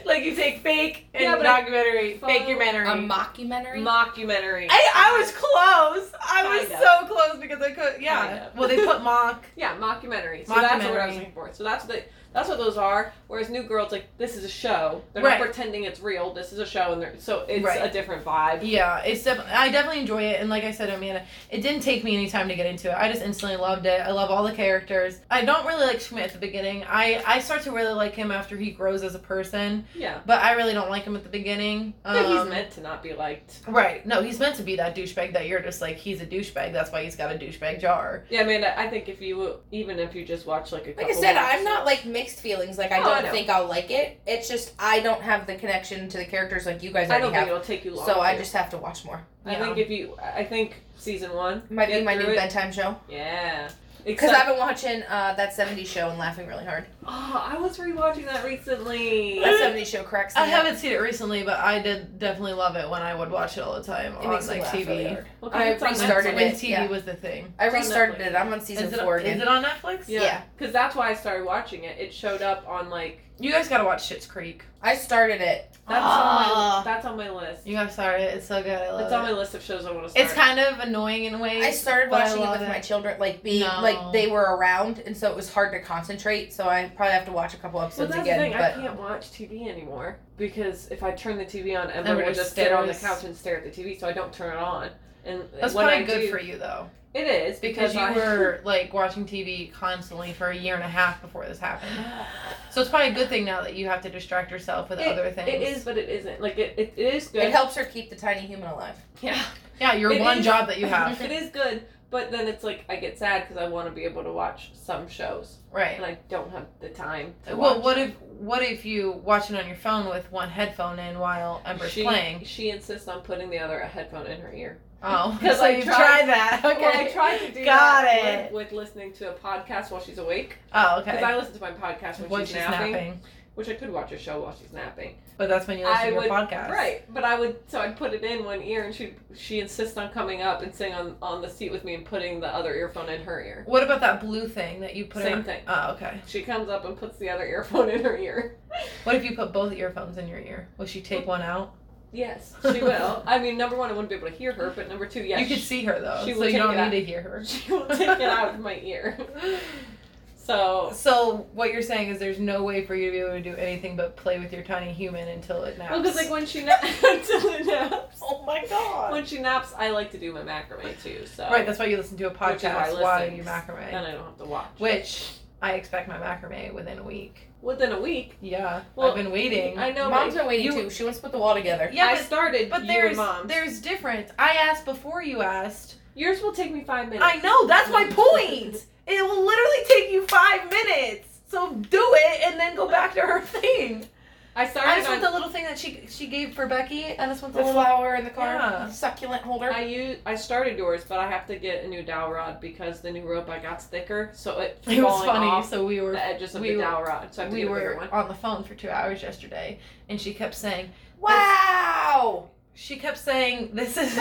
S4: like you take fake and
S2: Yeah, but I-
S4: documentary,
S2: Fake your
S3: a
S2: manner.
S3: mockumentary.
S4: mockumentary.
S2: I, I was close. I was
S4: Kinda.
S2: so close because I could. Yeah.
S4: Kinda.
S2: Well, they put mock.
S4: yeah, mockumentary. So that's what I was
S2: Mockumentary.
S4: looking for. So that's what they, that's what those are. Whereas New Girl's like this is a show. They're
S2: Right.
S4: not pretending it's real. This is a show, and they're so it's
S2: Right.
S4: a different vibe.
S2: Yeah, it's def- I definitely enjoy it, and like I said, Amanda, it didn't take me any time to get into it. I just instantly loved it. I love all the characters. I don't really like Schmidt at the beginning. I I start to really like him after he grows as a person,
S4: Yeah.
S2: but I really don't like him at the beginning. Um,
S4: But he's meant to not be liked.
S2: Right. No, he's meant to be that douchebag that you're just like he's a douchebag. That's why he's got a douchebag jar.
S4: Yeah, Amanda. I think if you even if you just watch like a
S3: Like I
S4: couple
S3: said,
S4: of
S3: I'm not like
S4: episodes-
S3: mixed feelings. Like I
S4: Oh, I
S3: don't
S4: know.
S3: think I'll like it. It's just I don't have the connection to the characters like you guys
S4: I
S3: already
S4: don't think
S3: have.
S4: it'll take you long.
S3: So I
S4: to.
S3: just have to watch more.
S4: I
S2: Yeah.
S4: think if you, I think season one
S3: Might be
S4: get
S3: my new
S4: through it.
S3: bedtime show.
S4: Yeah,
S3: Because
S4: because
S3: I've been watching uh, that 70s show and laughing really hard.
S4: oh, I was rewatching that recently.
S3: That 70s show cracks. me
S2: I
S3: up.
S2: haven't seen it recently, but I did definitely love it when I would watch it all the time
S3: It
S2: on
S3: makes me
S2: like
S3: laugh
S2: TV.
S3: really hard.
S4: Well, 'cause
S3: I
S4: it's on
S3: restarted
S4: Netflix.
S2: when
S3: it,
S2: TV
S3: yeah.
S2: was the thing.
S3: I
S4: It's on
S3: restarted
S4: Netflix.
S3: it. I'm on season
S2: Is it,
S3: four
S2: is
S3: again.
S2: it on Netflix?
S4: Yeah,
S3: Yeah.
S4: because that's why I started watching it. It showed up on like
S2: You guys gotta watch Shit's Creek.
S3: I started it.
S4: that's on my
S2: Ah.
S4: that's on my list.
S2: You gotta start it. It's so good. I love
S4: It's
S2: it.
S4: on my list of shows I want to start.
S2: It's kind of annoying in ways.
S3: I started
S2: but I
S3: watching it
S2: love
S3: with my children, like being
S2: No.
S3: like they were around, and so it was hard to concentrate. So I probably have to watch a couple
S4: well,
S3: episodes
S4: that's
S3: again.
S4: the thing.
S3: but
S4: I can't watch TV anymore because if I turn the TV on, Ember
S2: Everybody
S4: will just sit on the
S2: stares.
S4: couch and stare at the TV. So I don't turn it on. And
S2: That's
S4: when
S2: probably
S4: I
S2: good
S4: do,
S2: for you though,
S4: It is
S2: because, you
S4: I-
S2: were like watching TV constantly for a year and a half before this happened. So it's probably a good thing now that you have to distract yourself with other things.
S4: It is, but it isn't. Like it, it, it is good.
S3: it helps her keep the tiny human alive.
S4: Yeah,
S2: Yeah, your
S4: It
S2: one
S4: is.
S2: job that you have.
S4: it is good. But then it's like I get sad because I want to be able to watch some shows, and
S2: right.
S4: I don't have the time. To
S2: Well,
S4: watch
S2: what
S4: them.
S2: if what if you watch it on your phone with one headphone in while Ember's
S4: she,
S2: playing?
S4: She insists on putting the other headphone in her ear.
S2: Oh,
S4: 'Cause
S2: so
S4: I
S2: you
S4: tried-
S2: tried that. Okay.
S4: Well, I tried to do
S2: Got
S4: that
S2: it.
S4: With, with listening to a podcast while she's awake
S2: oh,
S4: because
S2: okay.
S4: I listen to my podcast when
S2: When
S4: she's napping.
S2: napping.
S4: which I could watch a show while she's napping.
S2: But that's when you listen
S4: I
S2: to your
S4: would
S2: podcast.
S4: right, but I would so I'd put it in one ear, and she she insists on coming up and sitting on on the seat with me and putting the other earphone in her ear.
S2: What about that blue thing that you put
S4: Same
S2: in?
S4: thing.
S2: Oh, okay.
S4: She comes up and puts the other earphone in her ear.
S2: What if you put both earphones in your ear? Will she take one out?
S4: Yes, she will. I mean, number one, I wouldn't be able to hear her, but number two, yes,
S2: you could see her though,
S4: she
S2: so
S4: will
S2: you
S4: take
S2: don't
S4: it
S2: need
S4: out.
S2: to hear her.
S4: she will take it out of my ear. So
S2: So what you're saying is there's no way for you to be able to do anything but play with your tiny human until it naps.
S4: Well, because like when she naps, until it naps.
S2: oh my god.
S4: When she naps, I like to do my macrame too. So
S2: Right, that's why you listen to a
S4: Which is why I
S2: podcast while
S4: listen.
S2: you
S4: then
S2: macrame.
S4: I don't have to watch.
S2: Which I expect my macrame within a week.
S4: Within a week,
S2: Yeah,
S4: Well,
S2: I've been waiting.
S4: I know.
S3: Mom's
S4: but
S3: been waiting
S2: you-
S3: too. She wants to put the wall together.
S2: yeah,
S4: I
S2: but-
S4: started.
S2: but
S4: you
S2: there's
S4: and mom's.
S2: there's difference. I asked before you asked.
S4: yours will take me five minutes.
S2: I know that's my point. It will literally take you five minutes. So do it and then go back to her thing.
S4: I
S2: I
S4: started
S2: just want
S4: on.
S2: the little thing that she she gave for Becky. I just want the
S3: The
S2: little
S3: flower in the car,
S2: Yeah.
S3: succulent holder.
S4: I use I started yours, but I have to get a new dowel rod because the new rope I got's thicker, so it's
S2: It was
S4: falling
S2: funny.
S4: off
S2: so we were
S4: the edges of
S2: we
S4: the
S2: were-
S4: dowel rod. So I have to
S2: we
S4: get a bigger
S2: were
S4: one.
S2: on the phone for two hours yesterday, and she kept saying
S3: wow!
S2: she kept saying this is.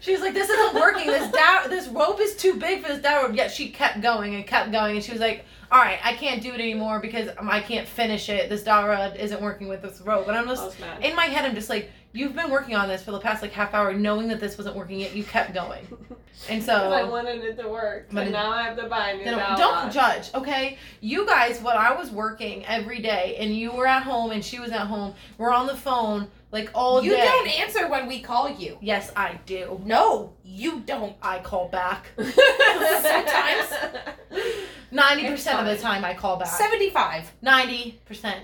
S2: she was like, "This isn't working. This dow- this rope is too big for this dowel rope." Yet she kept going and kept going, and she was like, "All right, I can't do it anymore because um, I can't finish it. This dowel rod isn't working with this rope." And I'm
S4: I
S2: just
S4: was mad.
S2: in my head, I'm just like, "You've been working on this for the past like half hour, knowing that this wasn't working yet. You kept going, and so."
S4: 'Cause I wanted it to work,
S2: Oh. But
S4: and
S2: it-
S4: now I have to buy a new
S2: Then
S4: dowel
S2: don't
S4: rod.
S2: judge, okay? You guys, when I was working every day and you were at home and she was at home, we're on the phone like all
S3: you
S2: day.
S3: don't e-, answer when we call you.
S2: Yes, I do.
S3: No, you don't.
S2: I call back.
S3: Sometimes.
S2: 90% of the time I call back.
S3: 75.
S2: 90%.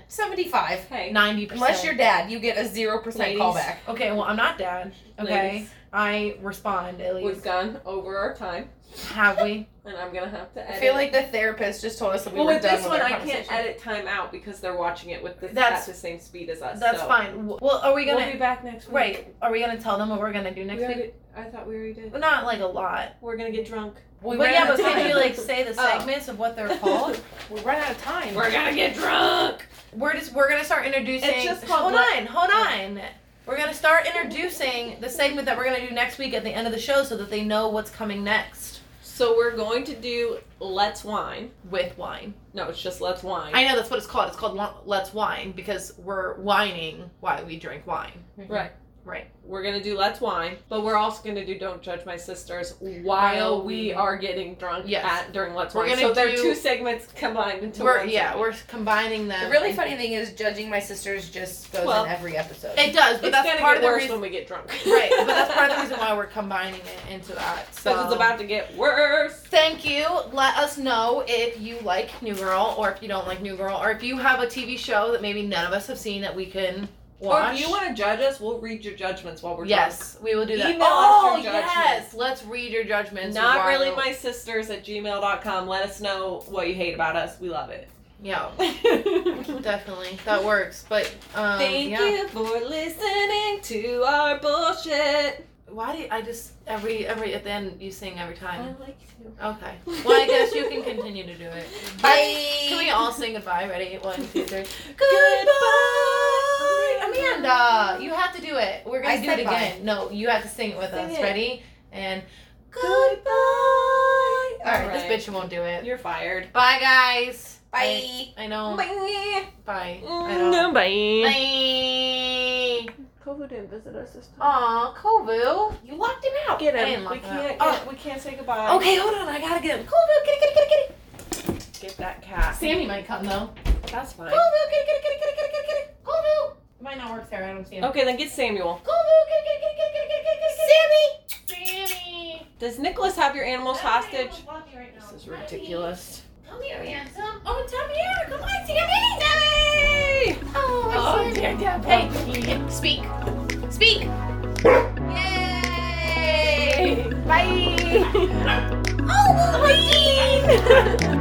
S3: 75.
S4: Hey,
S2: 90%.
S3: Unless you're dad, you get a 0%
S4: Ladies.
S3: callback.
S2: Okay, well, I'm not dad. Okay.
S4: ladies,
S2: I respond at
S4: we've
S2: least.
S4: gone over our time,
S2: Have we?
S4: and I'm gonna have to
S3: I
S4: edit.
S3: feel like the therapist just told us that we
S4: well,
S3: were
S4: with
S3: done
S4: this one,
S3: our
S4: I can't
S3: conversation.
S4: edit time out because they're watching it with the,
S2: That's-
S4: at the same speed as us.
S2: That's
S4: so.
S2: fine. W- Well, are we
S4: We'll
S2: gonna.
S4: be back next week.
S2: Right. Are we gonna tell them what we're gonna do
S4: We
S2: next week?
S4: already- I thought we already did.
S2: Not like a lot.
S4: We're gonna get drunk.
S3: We
S2: but
S3: ran
S2: yeah,
S3: out
S2: but
S3: of
S2: can
S3: time.
S2: you like say the
S4: Oh.
S2: segments of what they're called?
S3: we run out of time.
S4: We're gonna get drunk.
S2: We're just we're gonna start introducing.
S4: It's just called
S2: hold on, hold on. We're gonna start introducing the segment that we're gonna do next week at the end of the show, so that they know what's coming next
S4: So we're going to do let's wine.
S2: with wine.
S4: No, it's just let's wine.
S2: I know that's what it's called. It's called Wa- Let's Wine because we're whining why we drink wine.
S4: Right.
S2: Right.
S4: We're gonna do let's wine, but we're also gonna do don't judge my sisters while we are getting drunk
S2: Yes.
S4: at during let's
S2: We're
S4: wine.
S2: gonna
S4: so they're
S2: do-
S4: two segments combined into
S2: we're
S4: one.
S2: yeah,
S4: segment.
S2: we're combining them.
S3: The really funny thing is, judging my sisters just goes
S4: Well,
S3: in every episode.
S2: It does, but
S4: It's
S2: that's
S4: gonna
S2: part
S4: get
S2: of the
S4: worse
S2: reason.
S4: when we get drunk.
S2: right, but that's part of the reason why we're combining it into that. So
S4: Because it's about to get worse.
S2: Thank you. Let us know if you like New Girl or if you don't like New Girl or if you have a TV show that maybe none of us have seen that we can watch.
S4: Or if you want to judge us, we'll read your judgments while we're
S2: yes, we will do that.
S4: Email us
S2: oh,
S4: your judgments.
S2: yes. Let's read your judgments.
S4: drunk. Not
S2: while-
S4: really my sisters at gmail.com. Let us know what you hate about us. We love it.
S2: Yeah,
S4: Thank
S2: definitely. That works. But um yeah.
S4: you for listening to our bullshit.
S2: Why do you, I just every every at the end you sing every
S4: I
S2: time?
S4: like you.
S2: Okay. Well, I guess you can continue to do it.
S3: Bye.
S2: Can we all sing goodbye? Ready? One, two, three.
S4: Goodbye.
S2: Amanda, you have to do it. We're gonna
S3: I
S2: do
S3: said
S2: it
S3: bye.
S2: again. No, you have to sing it with
S4: Sing
S2: us.
S4: it.
S2: Ready? And
S4: Goodbye. All
S2: all right, this bitch won't do it.
S4: You're fired.
S2: Bye, guys.
S3: Bye.
S2: I know.
S4: Bye.
S2: Bye. I know.
S4: No, Mm, bye.
S2: Bye.
S4: Kovu didn't visit us this time.
S2: Aw, Kovu, you locked him out.
S4: Get
S2: I
S4: him.
S2: didn't
S4: We
S2: lock him out.
S4: can't.
S2: Oh,
S4: We can't say goodbye.
S2: okay, hold on. I gotta get him. Kovu, get it, get it, get it, get it.
S4: Get that cat.
S2: Sammy might come though.
S4: That's fine.
S2: Kovu, get it, get it, get it, get it, get it, get it, get it. Kovu. It might not work there. I don't see him.
S4: Okay, then get Samuel.
S2: Kovu, get it, get it, get it, get it, get it, get it, get it, get it. Sammy. Sammy.
S4: Does Nicholas have your animals hostage?
S2: This
S4: This is ridiculous.
S2: Come here, handsome. Oh, Tommy, here. Come on, Sammy. Sammy! Oh, oh dear, dear. Hey, speak. Speak. Yay! Bye. oh, Dean!